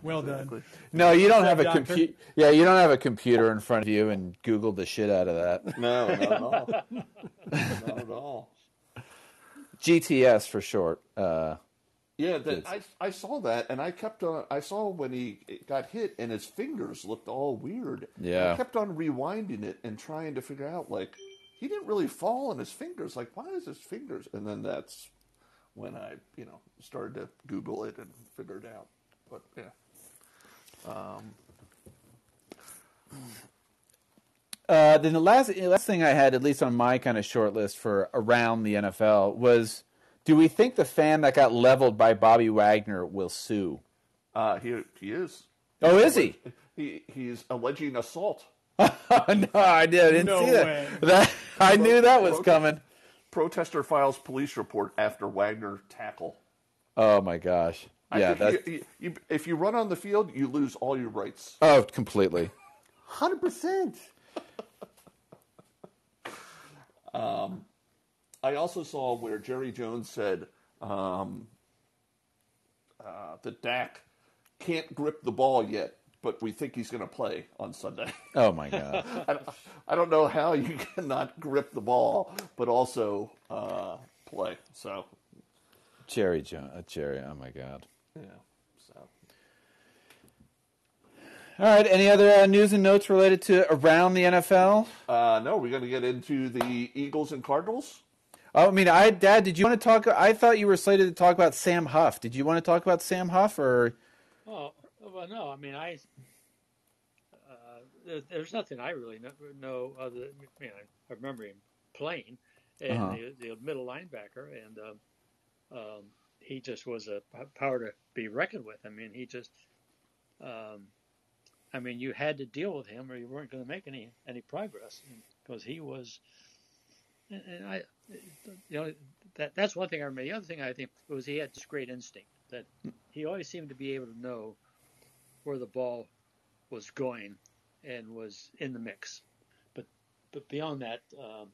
Speaker 3: Well done.
Speaker 1: No, you don't have a
Speaker 3: Doctor.
Speaker 1: computer. Yeah, you don't have a computer in front of you and Google the shit out of that.
Speaker 2: No, not at all. not at all.
Speaker 1: GTS for short. Uh,
Speaker 2: Yeah, that, I I saw that, and I kept on. I saw when he got hit, and his fingers looked all weird.
Speaker 1: Yeah.
Speaker 2: I kept on rewinding it and trying to figure out like he didn't really fall on his fingers. Like why is his fingers? And then that's when I you know started to Google it and figure it out. But yeah,
Speaker 1: Uh, then the last the last thing I had, at least on my kind of short list for around the NFL, was do we think the fan that got leveled by Bobby Wagner will sue?
Speaker 2: uh, he he is
Speaker 1: Oh, is he?
Speaker 2: he he's alleging assault.
Speaker 1: no, I did. I didn't
Speaker 3: No
Speaker 1: see that.
Speaker 3: way.
Speaker 1: That- I knew that was coming.
Speaker 2: Protester files police report after Wagner tackle.
Speaker 1: Oh my gosh.
Speaker 2: I
Speaker 1: yeah.
Speaker 2: think
Speaker 1: That.
Speaker 2: you- you- you- if you run on the field, you lose all your rights.
Speaker 1: Oh, completely.
Speaker 3: Hundred percent.
Speaker 2: I also saw where Jerry Jones said um, uh, that Dak can't grip the ball yet, but we think he's going to play on Sunday.
Speaker 1: Oh my god.
Speaker 2: I, I don't know how you cannot grip the ball, but also uh, play. So,
Speaker 1: Jerry Jones. Uh, Jerry. Oh my god.
Speaker 2: yeah. So,
Speaker 1: All right. Any other uh, news and notes related to around the NFL?
Speaker 2: uh, no, we're going to get into the Eagles and Cardinals.
Speaker 1: Oh, I mean, I Dad, did you want to talk? I thought you were slated to talk about Sam Huff. Did you want to talk about Sam Huff or?
Speaker 4: Oh well, no. I mean, I uh, there, there's nothing I really know, know other. Than, I mean, I, I remember him playing and
Speaker 1: Uh-huh.
Speaker 4: the, the middle linebacker, and um, um, he just was a p- power to be reckoned with. I mean, he just, um, I mean, you had to deal with him, or you weren't going to make any any progress because he was. And, and I, you know, that that's one thing I remember. The other thing I think was he had this great instinct that he always seemed to be able to know where the ball was going and was in the mix. But but beyond that, um,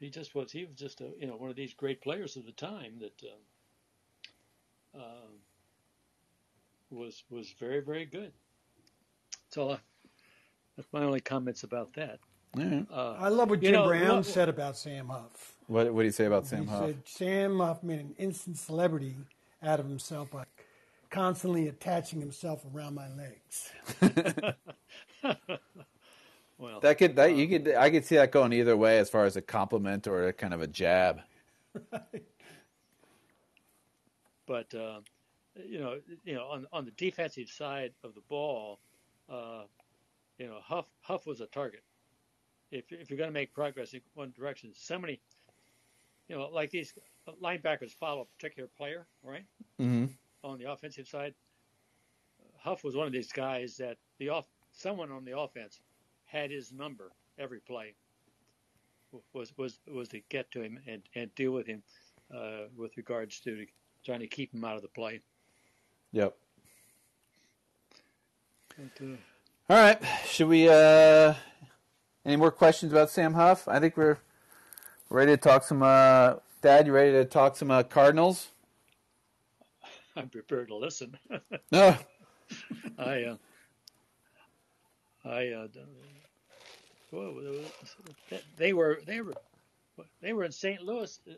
Speaker 4: he just was he was just a, you know one of these great players of the time that um, um, was was very very good. So uh, that's my only comments about that.
Speaker 3: I love what
Speaker 4: You
Speaker 3: Jim
Speaker 4: know,
Speaker 3: Brown
Speaker 4: look-
Speaker 3: said about Sam Huff.
Speaker 1: What What do you say about Sam
Speaker 3: he
Speaker 1: Huff?
Speaker 3: said Sam Huff made an instant celebrity out of himself by constantly attaching himself around my legs.
Speaker 4: Well,
Speaker 1: That could that you could I could see that going either way as far as a compliment or a kind of a jab.
Speaker 4: but uh, you know, you know, on on the defensive side of the ball, uh, you know, Huff Huff was a target. if you're, if you're going to make progress in one direction, so many, you know, like these linebackers follow a particular player, right?
Speaker 1: Mhm.
Speaker 4: On the offensive side, Huff was one of these guys that the off someone on the offense had his number every play. Was was was to get to him and, and deal with him, uh, with regards to trying to keep him out of the play.
Speaker 1: Yep.
Speaker 4: But, uh,
Speaker 1: All right. Should we? Uh, any more questions about Sam Huff? I think we're ready to talk some. Uh, Dad, you ready to talk some uh, Cardinals?
Speaker 4: I'm prepared to listen.
Speaker 1: No.
Speaker 4: I, uh, I, uh, d- whoa, there was- that- they were, they were, they were in St. Louis uh,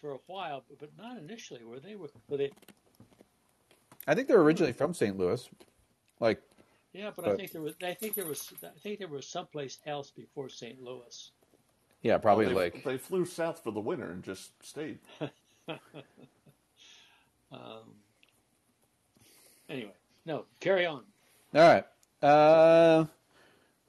Speaker 4: for a while, but not initially. Were they? Were were they?
Speaker 1: I think they're originally from St. Louis. Like,
Speaker 4: Yeah, but, I
Speaker 1: But-
Speaker 4: think there was. I think there was. I think there was someplace else before St. Louis.
Speaker 1: yeah, probably
Speaker 2: they,
Speaker 1: like.
Speaker 2: they flew south for the winter and just stayed.
Speaker 4: Um, anyway, no, carry on.
Speaker 1: All right. Uh,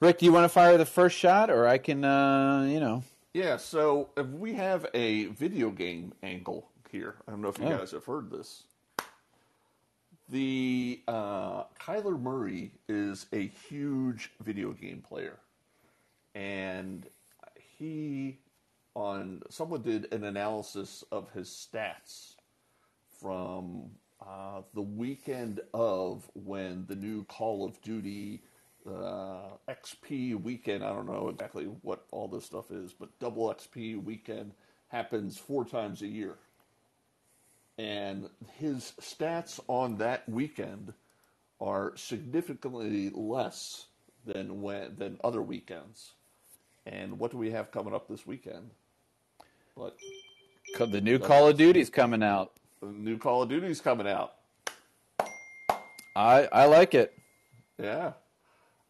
Speaker 1: Rick, do you want to fire the first shot, or I can? Uh, you know.
Speaker 2: Yeah, so if we have a video game angle here. I don't know if you
Speaker 1: Oh.
Speaker 2: guys have heard this. The uh, Kyler Murray is a huge video game player, and he on someone did an analysis of his stats from uh, the weekend of when the new Call of Duty uh, XP weekend, I don't know exactly what all this stuff is, but double XP weekend happens four times a year. And his stats on that weekend are significantly less than when than other weekends. And what do we have coming up this weekend? But
Speaker 1: Co- The new Call of Duty's coming out.
Speaker 2: the new Call of Duty's coming out.
Speaker 1: I I like it.
Speaker 2: Yeah.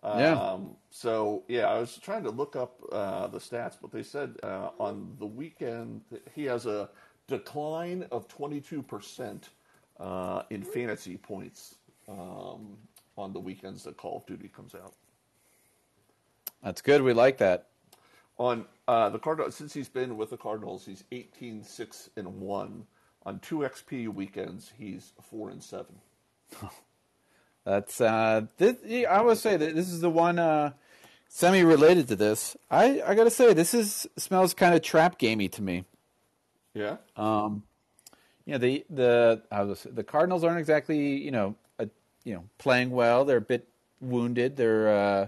Speaker 1: Yeah.
Speaker 2: Um, so yeah, I was trying to look up uh, the stats, but they said uh, on the weekend that he has a decline of 22 percent uh, in fantasy points um, on the weekends that Call of Duty comes out.
Speaker 1: That's good. We like that.
Speaker 2: On uh, the Cardinals, since he's been with the Cardinals, he's 18 six and one. On two XP weekends, he's four and seven.
Speaker 1: That's uh, this, I would say that this is the one uh, semi-related to this. I I gotta say this is smells kind of trap gamey to me.
Speaker 2: Yeah.
Speaker 1: You know the the I was, the Cardinals aren't exactly you know a, you know playing well. They're a bit wounded. Their uh,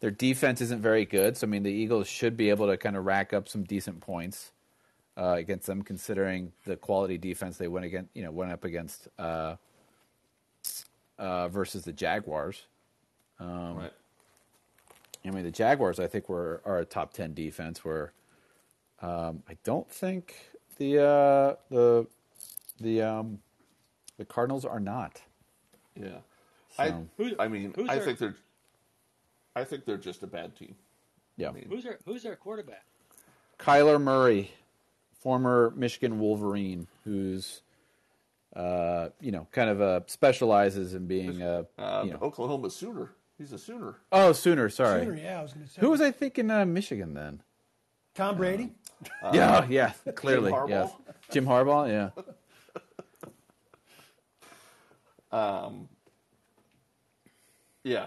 Speaker 1: their defense isn't very good. So I mean the Eagles should be able to kind of rack up some decent points uh, against them, considering the quality defense they went against. You know went up against uh, uh, versus the Jaguars.
Speaker 2: right.
Speaker 1: I mean, the Jaguars, I think, were are a top ten defense. Where um, I don't think the uh, the the um, the Cardinals are not.
Speaker 2: Yeah.
Speaker 1: So-
Speaker 2: I,
Speaker 4: Who-
Speaker 2: I mean,
Speaker 4: who's
Speaker 2: I
Speaker 4: their-
Speaker 2: think they're, I think they're just a bad team.
Speaker 1: Yeah,
Speaker 4: Who's their Who's their quarterback?
Speaker 1: Kyler Murray, former Michigan Wolverine, who's uh, you know kind of uh, specializes in being uh,
Speaker 2: Uh,
Speaker 1: you know
Speaker 2: Oklahoma Sooner. He's a Sooner.
Speaker 1: oh Sooner. Sorry,
Speaker 3: Sooner, yeah, I was going to say.
Speaker 1: who was I thinking uh, Michigan then?
Speaker 3: Tom Brady?
Speaker 1: yeah, yeah, clearly,
Speaker 2: Harbaugh?
Speaker 1: yeah, Jim Harbaugh, yeah.
Speaker 2: Yeah,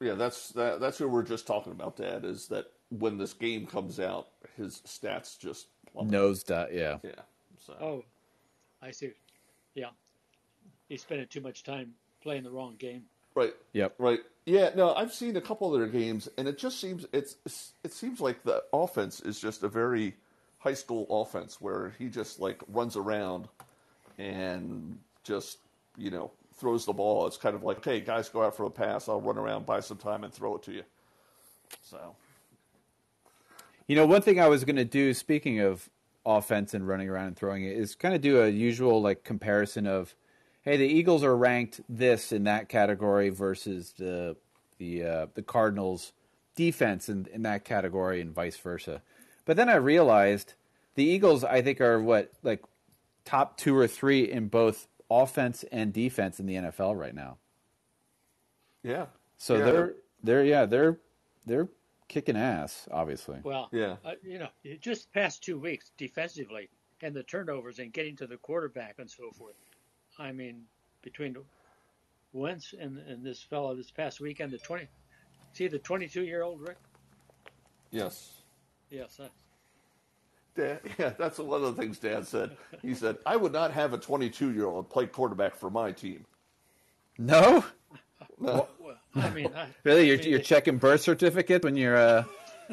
Speaker 2: yeah. That's that, that's who we're just talking about. Dad is that when this game comes out, his stats just plummet.
Speaker 1: Nose dot, uh, yeah.
Speaker 2: Yeah. Uh, So
Speaker 4: Oh, I see. Yeah, he's spending too much time playing the wrong game.
Speaker 2: right.
Speaker 1: Yep.
Speaker 2: Right. Yeah. No, I've seen a couple of their games, and it just seems it's it seems like the offense is just a very high school offense where he just like runs around and just you know throws the ball. It's kind of like, hey guys, go out for a pass. I'll run around, buy some time, and throw it to you. So
Speaker 1: You know, one thing I was going to do, speaking of offense and running around and throwing it, is kind of do a usual like comparison of, hey, the Eagles are ranked this in that category versus the the uh, the Cardinals defense in in that category and vice versa. But then I realized the Eagles, I think, are what like top two or three in both offense and defense in the NFL right now.
Speaker 2: yeah.
Speaker 1: So
Speaker 2: Yeah.
Speaker 1: they're they're yeah they're they're kicking ass, obviously.
Speaker 4: Well,
Speaker 2: Yeah.
Speaker 4: uh, you know, you just past two weeks defensively and the turnovers and getting to the quarterback and so forth. I mean, between Wentz and, and this fellow this past weekend, the twenty, see the twenty-two-year-old Rick.
Speaker 2: Yes.
Speaker 4: Yes, I,
Speaker 2: Dad, yeah, that's one of the things Dad said. He said, I would not have a 22 year old play quarterback for my team.
Speaker 1: No,
Speaker 4: well, I mean, I,
Speaker 1: really, you're,
Speaker 4: I mean,
Speaker 1: you're checking birth certificate when you're uh,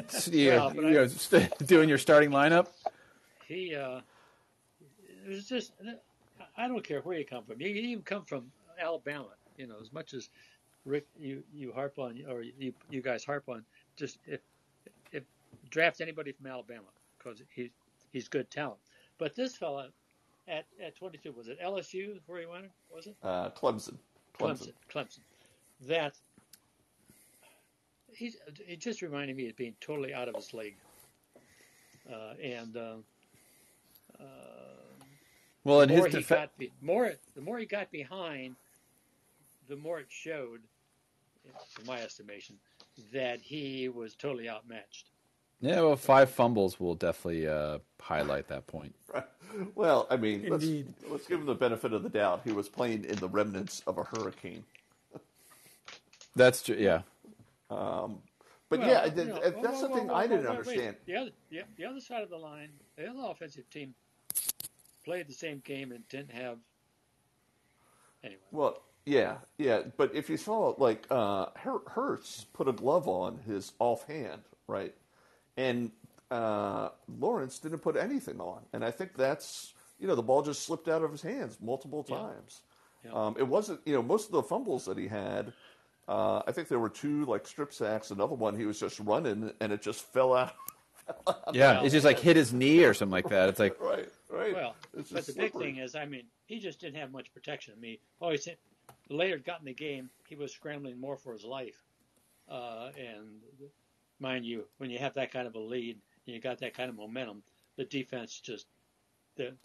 Speaker 1: s- you're,
Speaker 4: Well, but I-
Speaker 1: you're st- doing your starting lineup.
Speaker 4: he uh, it was just I don't care where you come from. You, you even come from Alabama, you know. As much as Rick, you you harp on, or you you guys harp on, just if if draft anybody from Alabama because he he's good talent. But this fella at at 22 was it LSU where he went? Was it?
Speaker 2: Uh, Clemson.
Speaker 4: Clemson. Clemson. That he's it just reminded me of being totally out of his league. Uh, and um,
Speaker 1: Well, in
Speaker 4: the more
Speaker 1: his
Speaker 4: he
Speaker 1: defense,
Speaker 4: got be- more the more he got behind, the more it showed, in my estimation, that he was totally outmatched.
Speaker 1: yeah, well, five fumbles will definitely uh, highlight that point.
Speaker 2: Well, I mean, let's,
Speaker 3: Indeed.
Speaker 2: let's give him the benefit of the doubt. He was playing in the remnants of a hurricane.
Speaker 1: That's true. Yeah,
Speaker 2: Um, But
Speaker 4: Well,
Speaker 2: yeah,
Speaker 4: you
Speaker 2: th-
Speaker 4: know,
Speaker 2: th-
Speaker 4: oh,
Speaker 2: that's
Speaker 4: whoa,
Speaker 2: the
Speaker 4: whoa,
Speaker 2: thing
Speaker 4: whoa,
Speaker 2: I
Speaker 4: whoa,
Speaker 2: didn't
Speaker 4: wait, wait.
Speaker 2: understand.
Speaker 4: The other, the, the other side of the line, the other offensive team played the same game and didn't have. Anyway,
Speaker 2: Well, yeah, yeah. But if you saw, like, uh, Her- Hurts put a glove on his offhand, right? And uh, Lawrence didn't put anything on. And I think that's, you know, the ball just slipped out of his hands multiple times.
Speaker 4: Yeah.
Speaker 2: Um, it wasn't, you know, most of the fumbles that he had, uh, I think there were two, like, strip sacks. Another one, he was just running and it just fell out.
Speaker 1: yeah, it's just like hit his knee or something like that. It's like
Speaker 2: right, right.
Speaker 4: well,
Speaker 2: It's
Speaker 4: but
Speaker 2: just
Speaker 4: the big
Speaker 2: slippery.
Speaker 4: thing is, I mean, he just didn't have much protection. I mean, oh, he said later got in the game, he was scrambling more for his life. Uh, and mind you, when you have that kind of a lead and you got that kind of momentum, the defense just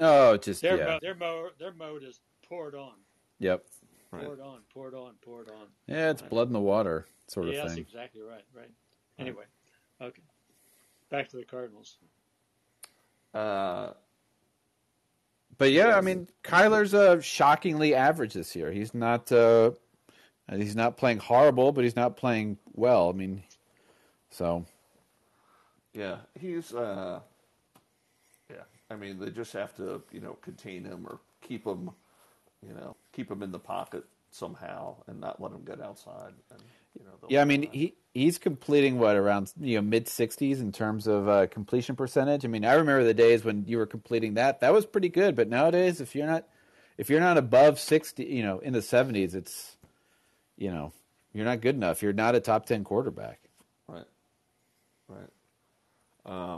Speaker 1: oh, just
Speaker 4: their
Speaker 1: yeah,
Speaker 4: mo- their mo- their mode is poured on,
Speaker 1: yep,
Speaker 2: Right.
Speaker 4: poured on, poured on, poured on.
Speaker 1: yeah, it's blood in the water sort of
Speaker 4: Yeah, that's
Speaker 1: thing.
Speaker 4: exactly right. Right. Anyway, okay. Back to the Cardinals.
Speaker 2: Uh,
Speaker 1: But yeah, I mean, Kyler's uh, shockingly average this year. He's not uh, he's not playing horrible, but he's not playing well. I mean, so
Speaker 2: Yeah, he's. uh Yeah, I mean, they just have to, you know, contain him or keep him, you know, keep him in the pocket somehow and not let him get outside. And you know, they'll
Speaker 1: yeah, I mean,
Speaker 2: find-
Speaker 1: he he's completing what around you know mid sixties in terms of uh, completion percentage. I mean, I remember the days when you were completing that; that was pretty good. But nowadays, if you're not if you're not above sixty, you know, in the seventies, it's you know you're not good enough. You're not a top ten quarterback.
Speaker 2: right, right, um,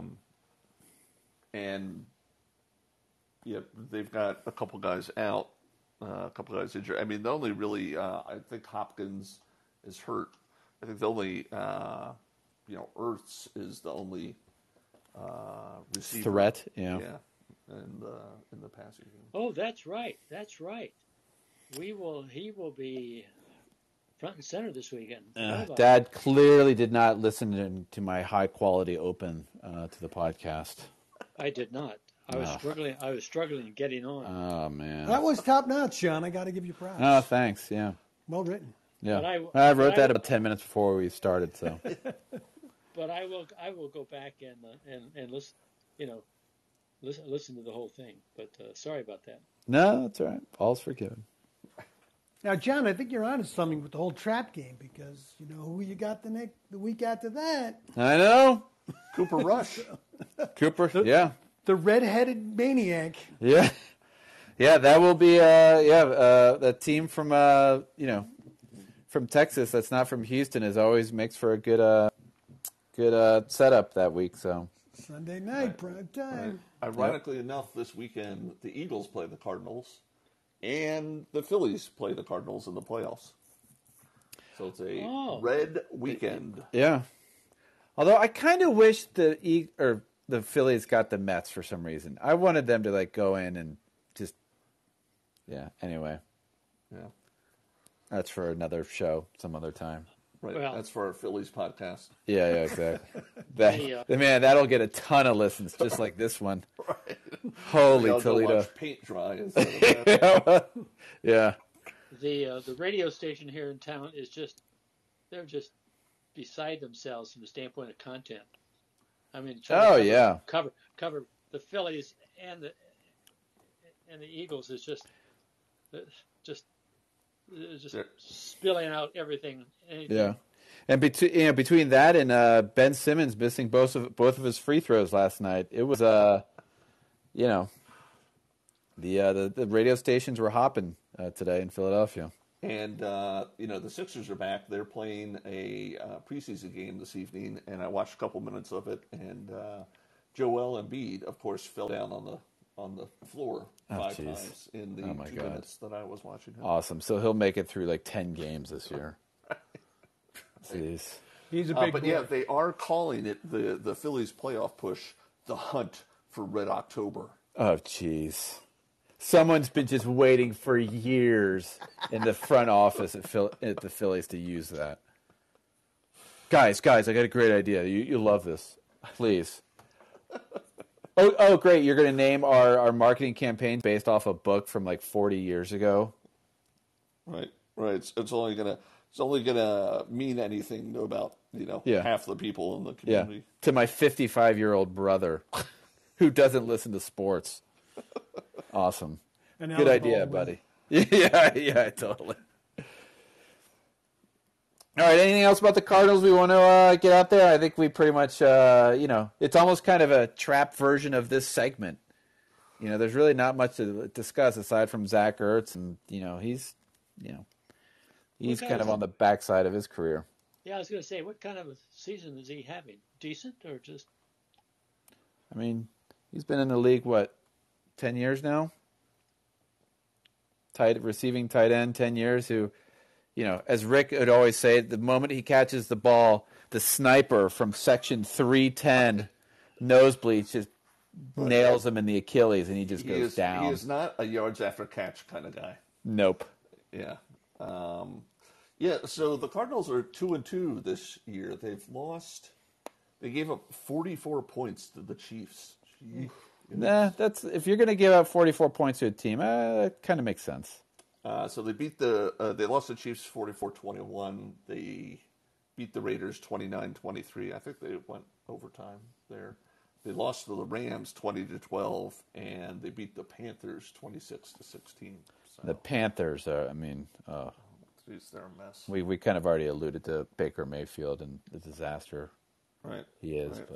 Speaker 2: and yeah, they've got a couple guys out, uh, a couple guys injured. I mean, the only really, uh, I think Hopkins is hurt. I think the only, uh, you know, Earths is the only. Uh, receiver.
Speaker 1: Threat, you know.
Speaker 2: Yeah, and uh, in the passing game.
Speaker 4: Oh, that's right. That's right. We will. He will be front and center this weekend.
Speaker 1: Uh,
Speaker 4: Nobody-
Speaker 1: Dad clearly did not listen in- to my high quality open uh, to the podcast.
Speaker 4: I did not. I was
Speaker 1: Oh.
Speaker 4: struggling. I was struggling getting on,
Speaker 1: Oh man.
Speaker 3: That was top notch, Sean. I got to give you props.
Speaker 1: oh, thanks. Yeah,
Speaker 3: well written.
Speaker 1: yeah.
Speaker 4: But I-
Speaker 1: I, wrote
Speaker 4: but I-
Speaker 1: that about ten minutes before we started. So
Speaker 4: but I will. I will go back and uh, and and listen. You know, listen listen to the whole thing. But uh, sorry about that.
Speaker 1: no, that's all right. All's forgiven.
Speaker 3: Now, John, I think you're onto something with the whole trap game because you know who you got the next the week after that.
Speaker 1: I know,
Speaker 2: Cooper Rush.
Speaker 1: Cooper. Yeah,
Speaker 3: The red-headed maniac.
Speaker 1: yeah, yeah. That will be. Uh, yeah, uh, the team from uh, you know from Texas that's not from Houston is always makes for a good uh, good uh, setup that week. So
Speaker 3: Sunday night, prime time.
Speaker 2: Ironically enough, this weekend the Eagles play the Cardinals, and the Phillies play the Cardinals in the playoffs. So it's a
Speaker 4: Oh.
Speaker 2: red weekend.
Speaker 1: Yeah. Although I kind of wish the E or the Phillies got the Mets for some reason. I wanted them to like go in and just yeah. Anyway,
Speaker 2: Yeah.
Speaker 1: that's for another show, some other time.
Speaker 2: Right.
Speaker 4: Well-
Speaker 2: That's for our Phillies podcast.
Speaker 1: Yeah, yeah, exactly. That,
Speaker 4: Yeah.
Speaker 1: man, that'll get a ton of listens, just like this one. Holy
Speaker 2: Y'all go
Speaker 1: Toledo!
Speaker 2: watch paint dry instead of that.
Speaker 1: yeah,
Speaker 4: the uh, the radio station here in town is just they're just beside themselves from the standpoint of content. I mean, trying to
Speaker 1: Oh,
Speaker 4: cover,
Speaker 1: yeah.
Speaker 4: cover cover the Phillies and the and the Eagles is just uh, just it's just
Speaker 2: They're-
Speaker 4: spilling out everything. anything.
Speaker 1: yeah. And between you know, between that and uh, Ben Simmons missing both of both of his free throws last night, it was uh, you know, the uh, the, the radio stations were hopping uh, today in Philadelphia.
Speaker 2: And uh, you know the Sixers are back. They're playing a uh, preseason game this evening, and I watched a couple minutes of it. And uh, Joel Embiid, of course, fell down on the on the floor five
Speaker 1: Oh, jeez.
Speaker 2: times in the
Speaker 1: Oh,
Speaker 2: two
Speaker 1: my God.
Speaker 2: minutes that I was watching him.
Speaker 1: Awesome. So he'll make it through like ten games this year. Jeez.
Speaker 3: He's a
Speaker 2: Uh,
Speaker 3: big
Speaker 2: but
Speaker 3: boy.
Speaker 2: yeah, they are calling it the the Phillies playoff push, the hunt for Red October.
Speaker 1: Oh, jeez. Someone's been just waiting for years in the front office at, Phil- at the Phillies to use that. Guys, guys, I got a great idea. You, you love this. Please. Oh, oh, great. You're going to name our, our marketing campaign based off a book from like 40 years ago.
Speaker 2: Right, right. It's, it's only gonna it's only gonna mean anything to about you know
Speaker 1: Yeah.
Speaker 2: half the people in the
Speaker 1: Yeah.
Speaker 2: community.
Speaker 1: To my 55 year old brother who doesn't listen to sports. Awesome.
Speaker 3: And
Speaker 1: Good
Speaker 3: Alec
Speaker 1: idea,
Speaker 3: Baldwin.
Speaker 1: buddy. Yeah, yeah, totally. All right. Anything else about the Cardinals we want to uh, get out there? I think we pretty much, uh, you know, it's almost kind of a trap version of this segment. You know, there's really not much to discuss aside from Zach Ertz, and you know, he's, you know, he's
Speaker 4: Okay.
Speaker 1: kind of on the backside of his career.
Speaker 4: Yeah, I was going to say, what kind of a season is he having? Decent or just
Speaker 1: I mean, he's been in the league what ten years now. Tight receiving tight end, ten years. Who, you know, as Rick would always say, the moment he catches the ball, the sniper from section three ten, nosebleed just nails him in the Achilles, and he just
Speaker 2: He
Speaker 1: goes
Speaker 2: is
Speaker 1: down.
Speaker 2: he is not a yards after catch kind of guy.
Speaker 1: Nope.
Speaker 2: Yeah. Um, yeah, so the Cardinals are 2 and 2 this year. They've lost they gave up 44 points to the Chiefs. Gee.
Speaker 1: Nah, that's if you're going to give up 44 points to a team, uh, that kind of makes sense.
Speaker 2: Uh, so they beat the uh, they lost the Chiefs 44-21. They beat the Raiders 29-23. I think they went overtime there. They lost to the Rams 20 to 12 and they beat the Panthers 26 to 16. So
Speaker 1: The Panthers are. I mean, uh,
Speaker 2: geez, they're a mess.
Speaker 1: we we kind of already alluded to Baker Mayfield and the disaster
Speaker 2: Right.
Speaker 1: He is,
Speaker 2: Right.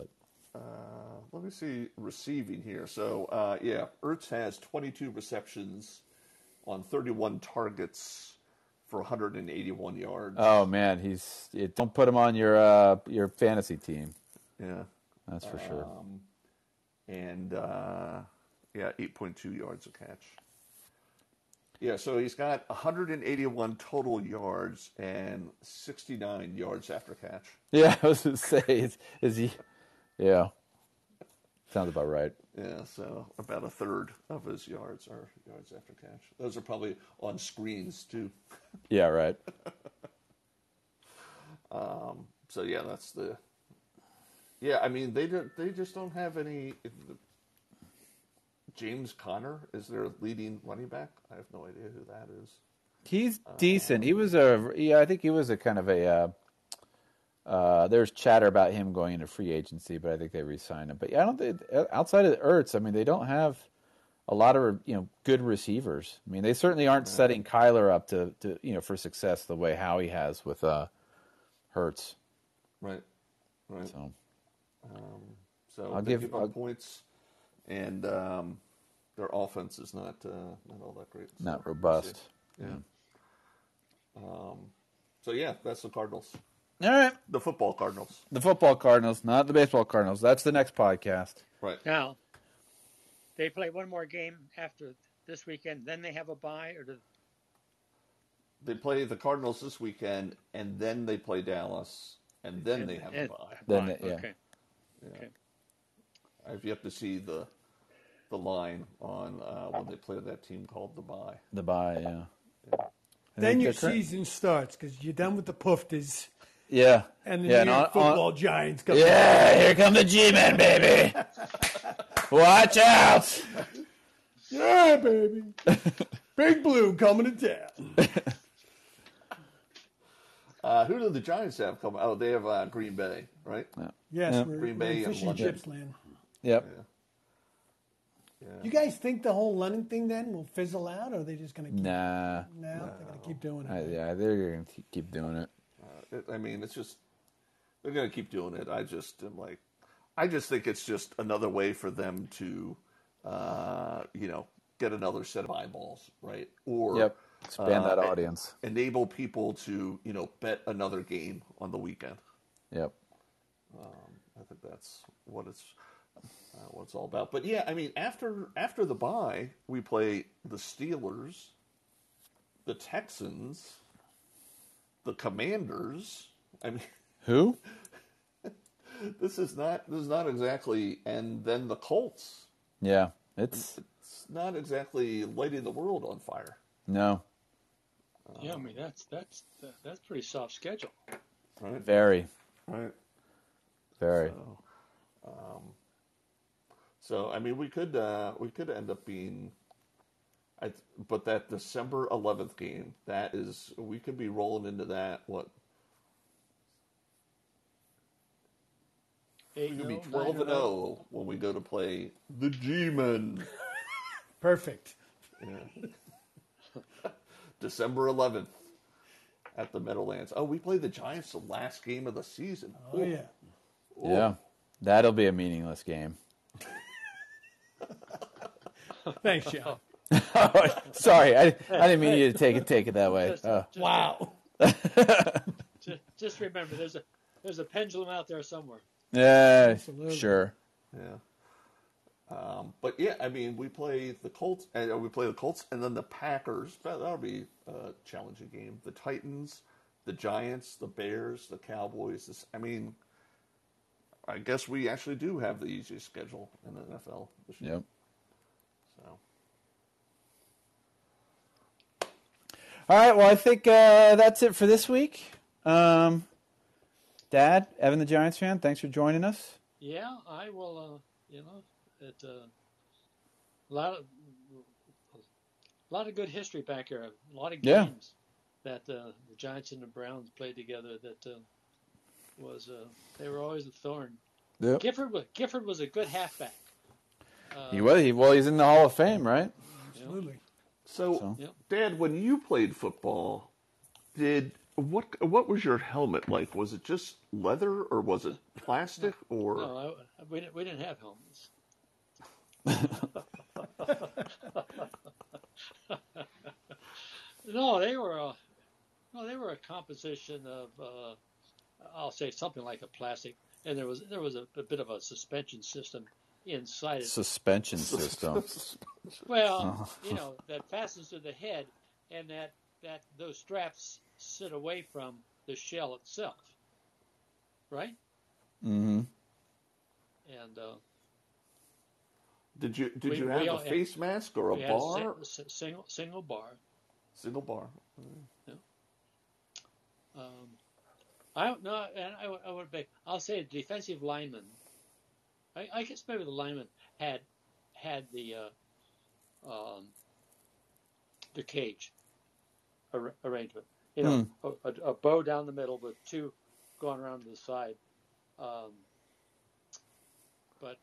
Speaker 1: but
Speaker 2: Uh, let me see receiving here. So uh, yeah, Ertz has 22 receptions on 31 targets for 181 yards.
Speaker 1: oh man, he's it, don't put him on your uh, your fantasy team.
Speaker 2: yeah,
Speaker 1: That's for sure.
Speaker 2: and uh, yeah, 8.2 yards a catch. Yeah, so he's got 181 total yards and 69 yards after catch.
Speaker 1: Yeah, I was gonna say, is, is he? Yeah, sounds about right.
Speaker 2: Yeah, so about a third of his yards are yards after catch. Those are probably on screens too.
Speaker 1: Yeah, right.
Speaker 2: Um, so yeah, that's the. Yeah, I mean they don't, they just don't have any. James Conner is their leading running back. I have no idea who that is.
Speaker 1: He's
Speaker 2: Uh,
Speaker 1: decent. He was a yeah, I think he was a kind of a. Uh, uh, there's chatter about him going into free agency, but I think they re-signed him. But yeah, I don't think uh, outside of Ertz, I mean, they don't have a lot of you know good receivers. I mean, they certainly aren't setting Kyler up to, to you know for success the way Howie has with uh, Hertz.
Speaker 2: Right, right. So,
Speaker 1: So I'll
Speaker 2: I'll they
Speaker 1: give-
Speaker 2: give, up
Speaker 1: I'll-
Speaker 2: points, and um, their offense is not uh, not all that great. So
Speaker 1: not
Speaker 2: we'll see.
Speaker 1: robust.
Speaker 2: Yeah. Um. Mm-hmm. So yeah, that's the Cardinals,
Speaker 1: All right,
Speaker 2: the football Cardinals.
Speaker 1: the football Cardinals, not the baseball Cardinals. That's the next podcast.
Speaker 2: Right.
Speaker 4: now? They play one more game after this weekend, then they have a bye, or do
Speaker 2: They play the Cardinals this weekend, and then they play Dallas, and then they have a
Speaker 4: and-
Speaker 2: bye.
Speaker 1: Then
Speaker 4: Right,
Speaker 1: it- yeah.
Speaker 4: Okay. Okay.
Speaker 2: I've yet to see the the line on uh, when they play that team called the Bye.
Speaker 1: The bye, yeah. I
Speaker 3: Then
Speaker 1: think
Speaker 3: your
Speaker 1: the current-
Speaker 3: season starts because you're done with the pooftas.
Speaker 1: Yeah.
Speaker 3: And the
Speaker 1: yeah,
Speaker 3: New
Speaker 1: and
Speaker 3: York
Speaker 1: on- on-
Speaker 3: football giants come
Speaker 1: yeah, here come the G-Men, baby. Watch out.
Speaker 3: Yeah, baby. Big Blue coming to town.
Speaker 2: Uh, who do the Giants have coming? Oh, they have uh, Green Bay, right?
Speaker 3: Yes,
Speaker 1: Yeah.
Speaker 3: we're,
Speaker 2: Green
Speaker 3: we're
Speaker 2: Bay
Speaker 3: in
Speaker 2: and
Speaker 3: fish and
Speaker 2: London.
Speaker 3: chips land.
Speaker 1: Yep.
Speaker 3: You guys think the whole London thing then will fizzle out, or are they just going to keep?
Speaker 1: Nah.
Speaker 3: No, they're going to keep doing it.
Speaker 1: I, yeah, they're going to keep doing it.
Speaker 2: Uh, it- I mean, it's just they're going to keep doing it. I just am like, I just think it's just another way for them to, uh, you know, get another set of eyeballs, right? Or
Speaker 1: Yep. Expand
Speaker 2: uh,
Speaker 1: that audience.
Speaker 2: enable people to, you know, bet another game on the weekend.
Speaker 1: Yep.
Speaker 2: I think that's what it's uh, what it's all about. But yeah, I mean, after after the bye, we play the Steelers, the Texans, the Commanders. I mean,
Speaker 1: Who?
Speaker 2: this is not this is not exactly, and then the Colts.
Speaker 1: Yeah. It's
Speaker 2: It's not exactly lighting the world on fire.
Speaker 1: no.
Speaker 4: yeah,
Speaker 2: Um,
Speaker 4: I mean that's that's that- that's pretty soft schedule.
Speaker 2: Right.
Speaker 1: Very,
Speaker 2: Right.
Speaker 1: very.
Speaker 2: So I mean, we could uh, we could end up being, I, th- but that December eleventh game that is we could be rolling into that what
Speaker 4: Eight
Speaker 2: we could be
Speaker 4: and oh, nine
Speaker 2: twelve and
Speaker 4: and oh.
Speaker 2: zero when we go to play the G Men.
Speaker 3: Perfect.
Speaker 2: December eleventh at the Meadowlands. Oh, we play the Giants the last game of the season.
Speaker 3: Oh yeah.
Speaker 1: Yeah. That'll be a meaningless game.
Speaker 3: Thanks, John.
Speaker 1: Oh, Sorry, I, I didn't mean you to take it take it that way.
Speaker 4: Just,
Speaker 1: Uh,
Speaker 4: just,
Speaker 3: Wow.
Speaker 4: just, just remember, there's a there's a pendulum out there somewhere.
Speaker 1: yeah,
Speaker 3: Absolutely.
Speaker 1: sure.
Speaker 2: Yeah. Um, but yeah, I mean, we play the Colts, and uh, we play the Colts, and then the Packers. That, that'll be a challenging game. The Titans, the Giants, the Bears, the Cowboys. This, I mean, I guess we actually do have the easiest schedule in the NFL this year.
Speaker 1: Yep.
Speaker 2: So
Speaker 1: All right. Well, I think uh, that's it for this week. Um, Dad, Evan the Giants fan, thanks for joining us.
Speaker 4: Yeah, I will. Uh, you know, it a uh, lot of lot of good history back here. A lot of
Speaker 1: Yeah.
Speaker 4: games that uh, the Giants and the Browns played together. That uh, was uh, they were always a thorn.
Speaker 1: Yep.
Speaker 4: Gifford was Gifford was a good halfback.
Speaker 1: He was. He, well, he's in the Hall of Fame, right?
Speaker 3: Absolutely.
Speaker 2: So,
Speaker 1: So-
Speaker 4: Yep.
Speaker 2: Dad, when you played football, did what? What was your helmet like? Was it just leather, or was it plastic, or
Speaker 4: No, I, we didn't, we didn't have helmets. no, they were a, no, they were a composition of uh, I'll say something like a plastic, and there was there was a, a bit of a suspension system inside it.
Speaker 1: Suspension system.
Speaker 4: Well, you know that fastens to the head, and that that those straps sit away from the shell itself, right?
Speaker 1: mm-hmm.
Speaker 4: And uh,
Speaker 2: Did you did
Speaker 4: We-
Speaker 2: you
Speaker 4: we
Speaker 2: have
Speaker 4: all
Speaker 2: a
Speaker 4: had-
Speaker 2: face mask or a
Speaker 4: we had si-
Speaker 2: bar?
Speaker 4: si- single single bar.
Speaker 2: Single bar.
Speaker 4: Um, I don't know, and I, would- I would be. I'll say defensive lineman. I, I guess maybe the lineman had had the uh, um, the cage ar- arrangement. You know, a, a, a bow down the middle with two going around to the side. Um, but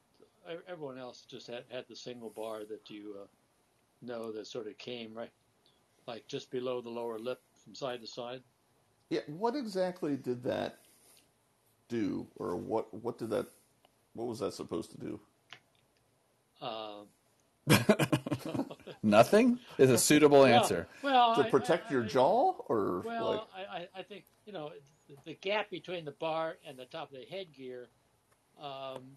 Speaker 4: e- everyone else just had, had the single bar that you uh, know that sort of came right, like just below the lower lip from side to side.
Speaker 2: Yeah. What exactly did that do, or what what did that what was that supposed to do?
Speaker 4: Um,
Speaker 1: Nothing is a suitable answer.
Speaker 4: Oh, Well,
Speaker 2: To
Speaker 4: I-
Speaker 2: protect
Speaker 4: I-
Speaker 2: your
Speaker 4: I-
Speaker 2: jaw, or like
Speaker 4: Well, I, I, I think you know the, the gap between the bar and the top of the headgear, um,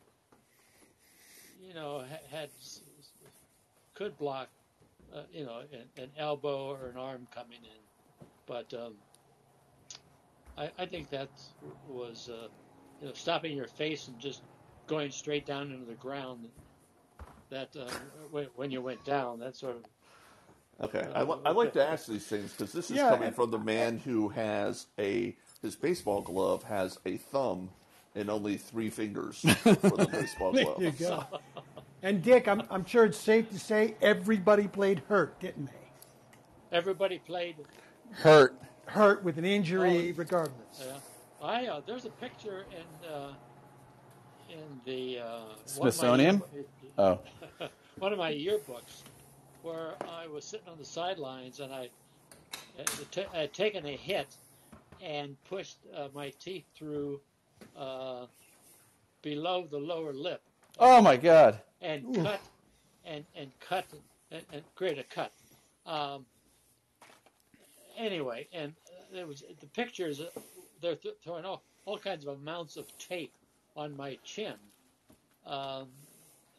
Speaker 4: you know, ha- had s- s- could block, uh, you know, an, an elbow or an arm coming in, but um, I, I think that was uh, you know stopping your face and just going straight down into the ground. That uh, when, when you went down, that sort of uh,
Speaker 2: okay? I, li- I like to ask these things because this is
Speaker 1: Yeah,
Speaker 2: coming
Speaker 1: and-
Speaker 2: from the man who has a his baseball glove has a thumb and only three fingers for the baseball glove.
Speaker 3: There you go. And Dick, I'm, I'm sure it's safe to say everybody played hurt, didn't they?
Speaker 4: Everybody played.
Speaker 1: Hurt.
Speaker 3: Hurt with an injury, regardless.
Speaker 4: Uh, I uh, there's a picture in uh, in the uh,
Speaker 1: Smithsonian?
Speaker 4: One of, my,
Speaker 1: Oh.
Speaker 4: one of my yearbooks where I was sitting on the sidelines and I had, t- had taken a hit and pushed uh, my teeth through uh, below the lower lip
Speaker 1: Oh my god.
Speaker 4: and cut and and cut and, and create a cut. Um, anyway, and uh, there was the pictures. uh, They're th- throwing all, all kinds of amounts of tape on my chin, um,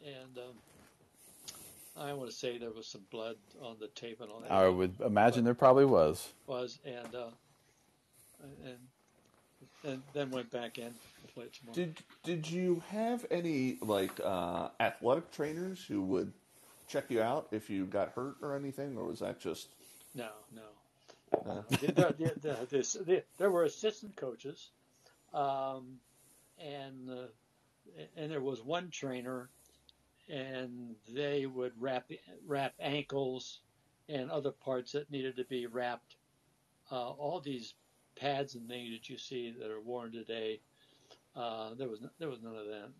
Speaker 4: and um, I want to say there was some blood on the tape and all that
Speaker 1: I would imagine there probably was.
Speaker 4: was, and uh, and and then went back in. to play it tomorrow.
Speaker 2: Did did you have any like uh, athletic trainers who would check you out if you got hurt or anything, or was that just
Speaker 4: No, no. there, there, there, there, this- there- there were assistant coaches, um, and uh, and there was one trainer, and they would wrap wrap ankles and other parts that needed to be wrapped. Uh, all these pads and things that you see that are worn today, uh, there was there was none of that.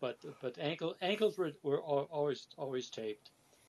Speaker 4: But but ankle ankles were were al- always always taped,